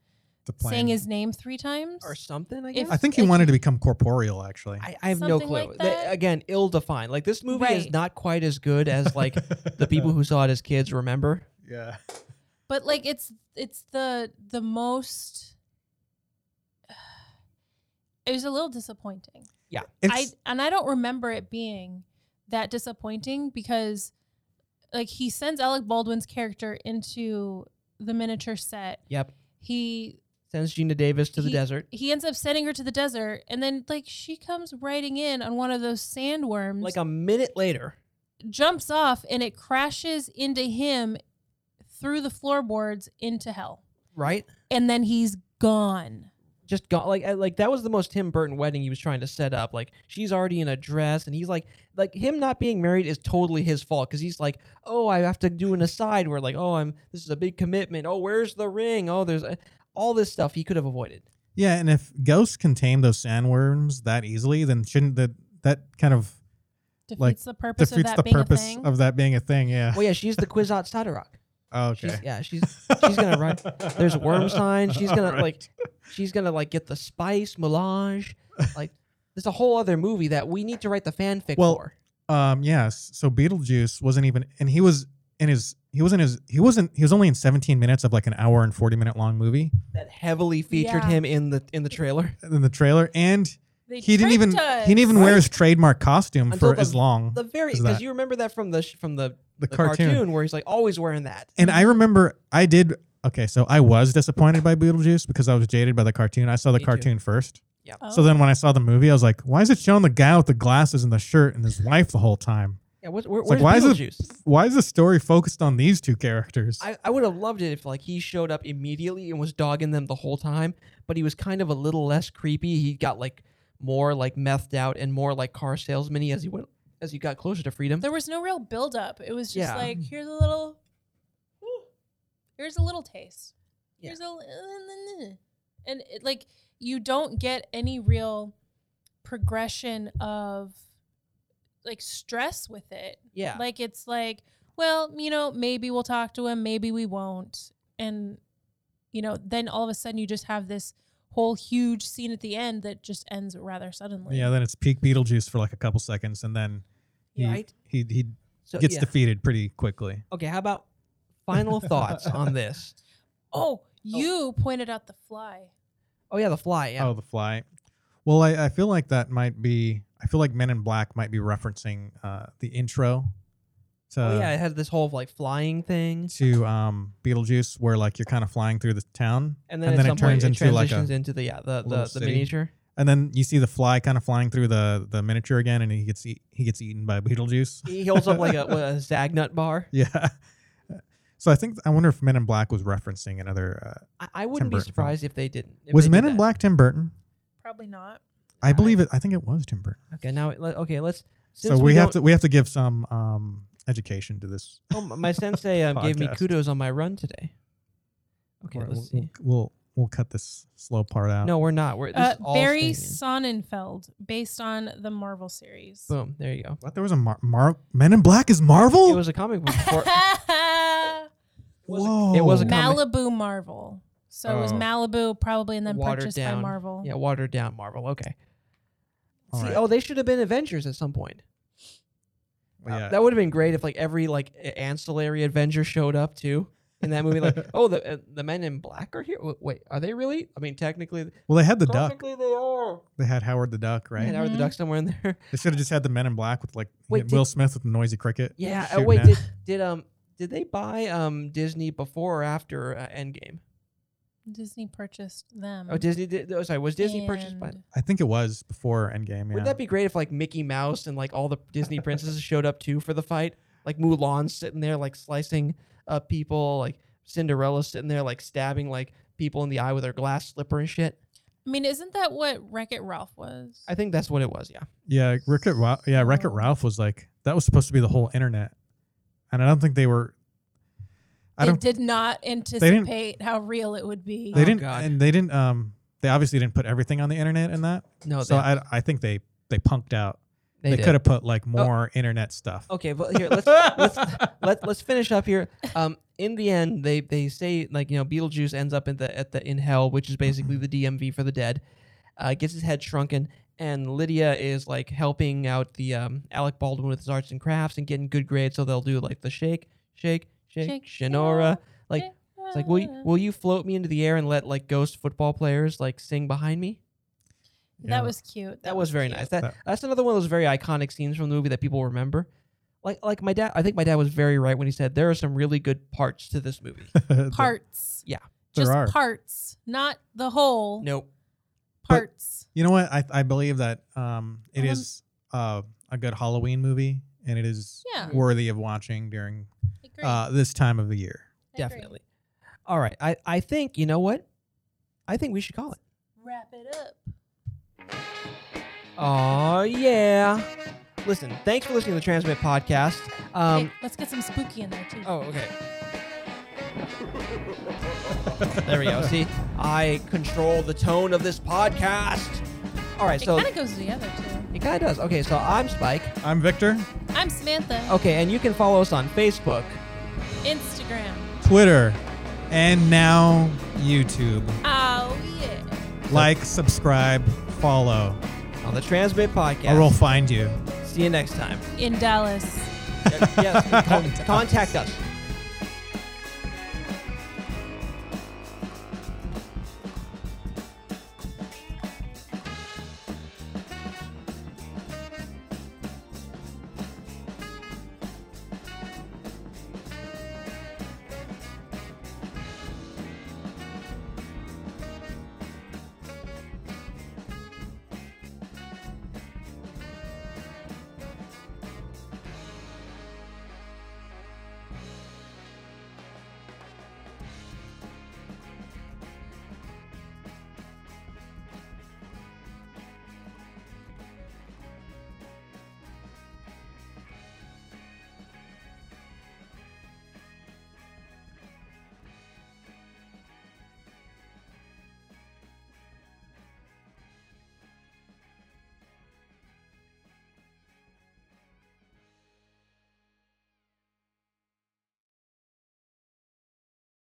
S3: The plan.
S2: saying his name 3 times.
S1: Or something, I
S2: If-
S1: guess.
S3: I think he
S2: like-
S3: wanted to become corporeal, actually.
S1: I, I have no
S2: Something
S1: clue.
S2: like
S1: They-
S2: that?
S1: again, ill defined. Like this movie is
S2: Right.
S1: not quite as good as like the people who saw it as kids remember.
S3: yeah.
S2: but like it's it's the the most it was a little disappointing. I
S3: It's,
S2: and I don't remember it being that disappointing because like he sends Alec Baldwin's character into the miniature set.
S1: Yep.
S2: He
S1: Sends Gina Davis to the
S2: He-
S1: desert.
S2: he ends up sending her to the desert and then like she comes riding in on one of those sandworms,
S1: Like a minute later.
S2: jumps off and it crashes into him through the floorboards into hell.
S1: Right?
S2: And then he's gone.
S1: Just got like I- like that was the most Tim Burton wedding he was trying to set up. Like she's already in a dress and he's like like him not being married is totally his fault because he's like, Oh, I have to do an aside where like, oh I'm this is a big commitment. Oh, where's the ring? Oh, there's a, all this stuff he could have avoided.
S3: yeah. And if ghosts can tame those sandworms that easily, then shouldn't that, that kind of
S2: Defeats
S3: Like,
S2: the purpose of
S3: defeats
S2: that
S3: the
S2: being a
S3: purpose
S2: thing.
S3: of that being a thing? Yeah.
S1: Well yeah, she's the Quizot Todorock.
S3: Oh,
S1: She's,
S3: okay.
S1: yeah, she's she's gonna run. There's worm sign. She's gonna
S3: Alright.
S1: like, she's gonna like get the spice melange. Like, there's a whole other movie that we need to write the fanfic
S3: Well,
S1: for.
S3: Um, yes. So Beetlejuice wasn't even, and he was in his, he wasn't his, he wasn't, he was only in 17 minutes of like an hour and 40 minute long movie
S1: That heavily featured
S2: Yeah.
S1: him in the in the trailer.
S3: in the trailer. And
S2: They
S3: he didn't even,
S2: tricked us.
S3: he didn't even wear his trademark costume
S1: Until
S3: for
S1: the-
S3: as long.
S1: The very
S3: Is
S1: because
S3: that-
S1: you remember that from the sh- from the,
S3: The
S1: cartoon.
S3: cartoon.
S1: where he's like always wearing that.
S3: And I remember I did okay, so I was disappointed by Beetlejuice because I was jaded by the cartoon. I saw the
S1: Me too.
S3: cartoon first. So
S2: Oh.
S3: then when I saw the movie, I was like, why is it showing the guy with the glasses and the shirt and his wife the whole time?
S1: Yeah, what, where,
S3: It's like
S1: where's
S3: why
S1: Beetlejuice?
S3: is it why is the story focused on these two characters?
S1: I, I would have loved it if like he showed up immediately and was dogging them the whole time, but he was kind of a little less creepy. He got like more like methed out and more like car salesman as he went as he got closer to freedom.
S2: there was no real buildup. It was just
S1: Yeah.
S2: like here's a little, here's a little taste.
S1: Yeah.
S2: Here's a, li- and it, like you don't get any real progression of like stress with it.
S1: Yeah.
S2: Like it's like, well, you know, maybe we'll talk to him, maybe we won't, and you know, then all of a sudden you just have this whole huge scene at the end that just ends rather suddenly.
S3: yeah, then it's peak Beetlejuice for like a couple seconds and then he
S1: Right.
S3: he, he
S1: so,
S3: gets
S1: yeah.
S3: defeated pretty quickly.
S1: Okay, how about final thoughts on this?
S2: Oh, you pointed out the fly.
S1: Oh yeah, the fly. Yeah.
S3: Oh, the fly. Well, I, I feel like that might be I feel like Men in Black might be referencing uh, the intro to
S1: Oh, yeah, it had this whole like flying thing,
S3: to um Beetlejuice where like you're kind of flying through the town
S1: and then, at
S3: and then it
S1: some point
S3: turns
S1: it
S3: into, like,
S1: transitions
S3: a
S1: into the yeah the
S3: little
S1: the, the
S3: city.
S1: miniature.
S3: and then you see the fly kind of flying through the the miniature again and he gets e- he gets eaten by Beetlejuice.
S1: He holds up like a, what, a Zagnut bar.
S3: yeah. So I think I wonder if Men in Black was referencing another. Uh,
S1: I, I wouldn't be
S3: Burton film.
S1: surprised if they didn't. if
S3: was
S1: they did
S3: Men in
S1: that.
S3: Black Tim Burton?
S2: Probably not.
S3: I believe it. I think it was Tim Burton.
S1: Okay, now let- okay, let's.
S3: So we, have to we have to give some um, education to this.
S1: Oh, my my sensei um, gave me
S3: podcast.
S1: kudos on my run today. Okay,
S3: We'll-
S1: let's
S3: we'll,
S1: see.
S3: We'll we'll cut this slow part out.
S1: No, we're not. We're this
S2: Uh,
S1: is all
S2: Barry
S1: staying
S2: Sonnenfeld, based on the Marvel series.
S1: in. Boom. There you go.
S3: What? There was a Mar- Mar- Men in Black is Marvel.
S1: It was a comic book. Before,
S3: Whoa.
S1: it was a comic-
S2: Malibu Marvel. So it was
S3: Oh.
S2: Malibu probably, and then
S1: watered
S2: purchased
S1: down
S2: by Marvel.
S1: Yeah, watered down Marvel. Okay.
S3: All
S1: See,
S3: right.
S1: oh, they should have been Avengers at some point.
S3: Well,
S1: Uh,
S3: yeah.
S1: that would have been great if like every like a- ancillary Avenger showed up too in that movie. Like, oh, the uh, the Men in Black are here. W- Wait, are they really? I mean, technically,
S3: well, they had the duck.
S1: technically they are.
S3: They had Howard the Duck, right?
S1: And are the
S2: Mhm.
S1: duck somewhere in there?
S3: They should have just had the Men in Black with like
S1: Wait,
S3: Will
S1: did-
S3: Smith with the noisy cricket.
S1: Yeah. Oh,
S3: shooting
S1: wait,
S3: at-
S1: did did um did they buy um Disney before or after uh, Endgame?
S2: Disney purchased them.
S1: Oh, Disney did. Oh, sorry, was Disney purchased by?
S2: and-
S3: I think it was before Endgame. Yeah.
S1: Wouldn't that be great if like Mickey Mouse and like all the Disney princesses showed up too for the fight? Like Mulan sitting there like slicing up people, like Cinderella sitting there like stabbing like people in the eye with her glass slipper and shit.
S2: I mean, isn't that what Wreck It Ralph was?
S1: I think that's what it was. Yeah.
S3: Yeah, Wreck It Ralph. Yeah, Wreck It
S2: Oh.
S3: Ralph was like that was supposed to be the whole internet, and I don't think they were. I
S2: they
S3: don't.
S2: did not anticipate how real it would be.
S3: They
S1: Oh,
S3: didn't,
S1: God.
S3: and they didn't. Um, they obviously didn't put everything on the internet in that.
S1: No.
S3: so
S1: Oh, they,
S3: I, I think they they punked out.
S1: they, did. Oh.
S3: could have put like more internet stuff.
S1: Okay, well here let's let's let, let's finish up here. Um, in the end, they they say like you know Beetlejuice ends up in the at the in hell, which is basically the DMV for the dead. Uh, gets his head shrunken, and Lydia is like helping out the um Alec Baldwin with his arts and crafts and getting good grades, so they'll do like the shake, shake, shake,
S2: Shake,
S1: Shinora. Like it's like will you,
S2: Ah.
S1: will you float me into the air and let like ghost football players like sing behind me?
S3: Yeah.
S2: That was cute.
S1: That was very
S2: cute.
S1: nice. That,
S3: That-
S1: that's another one of those very iconic scenes from the movie that people remember. Like like my dad, I think my dad was very right when he said there are some really good parts to this movie.
S2: Parts.
S1: Yeah.
S3: There
S2: Just
S3: are.
S2: parts, not the whole.
S1: nope.
S2: Parts.
S3: you know what? I, I believe that um, it
S2: Um,
S1: Uh-huh.
S3: is uh, a good Halloween movie, and it is
S2: Yeah.
S3: worthy of watching during
S2: Agree.
S3: uh, this time of the year.
S2: Agree.
S1: Definitely. All right. I, I think you know what? I think we should call it.
S2: Wrap it up.
S1: Oh yeah. Listen, thanks for listening to the Transmit podcast. Um,
S2: Hey, let's get some spooky in there too.
S1: Oh, okay. there we go. See, I control the tone of this podcast. All right,
S2: it
S1: so
S2: kind of goes together too.
S1: it kind of does. Okay, so I'm Spike.
S3: I'm Victor.
S2: I'm Samantha.
S1: Okay, and you can follow us on Facebook.
S2: Instagram.
S3: Twitter, and now YouTube.
S2: Oh yeah.
S3: Like, subscribe, follow,
S1: on the Transmit Podcast.
S3: or we'll find you.
S1: See you next time.
S2: In Dallas.
S1: yes, con- contact us.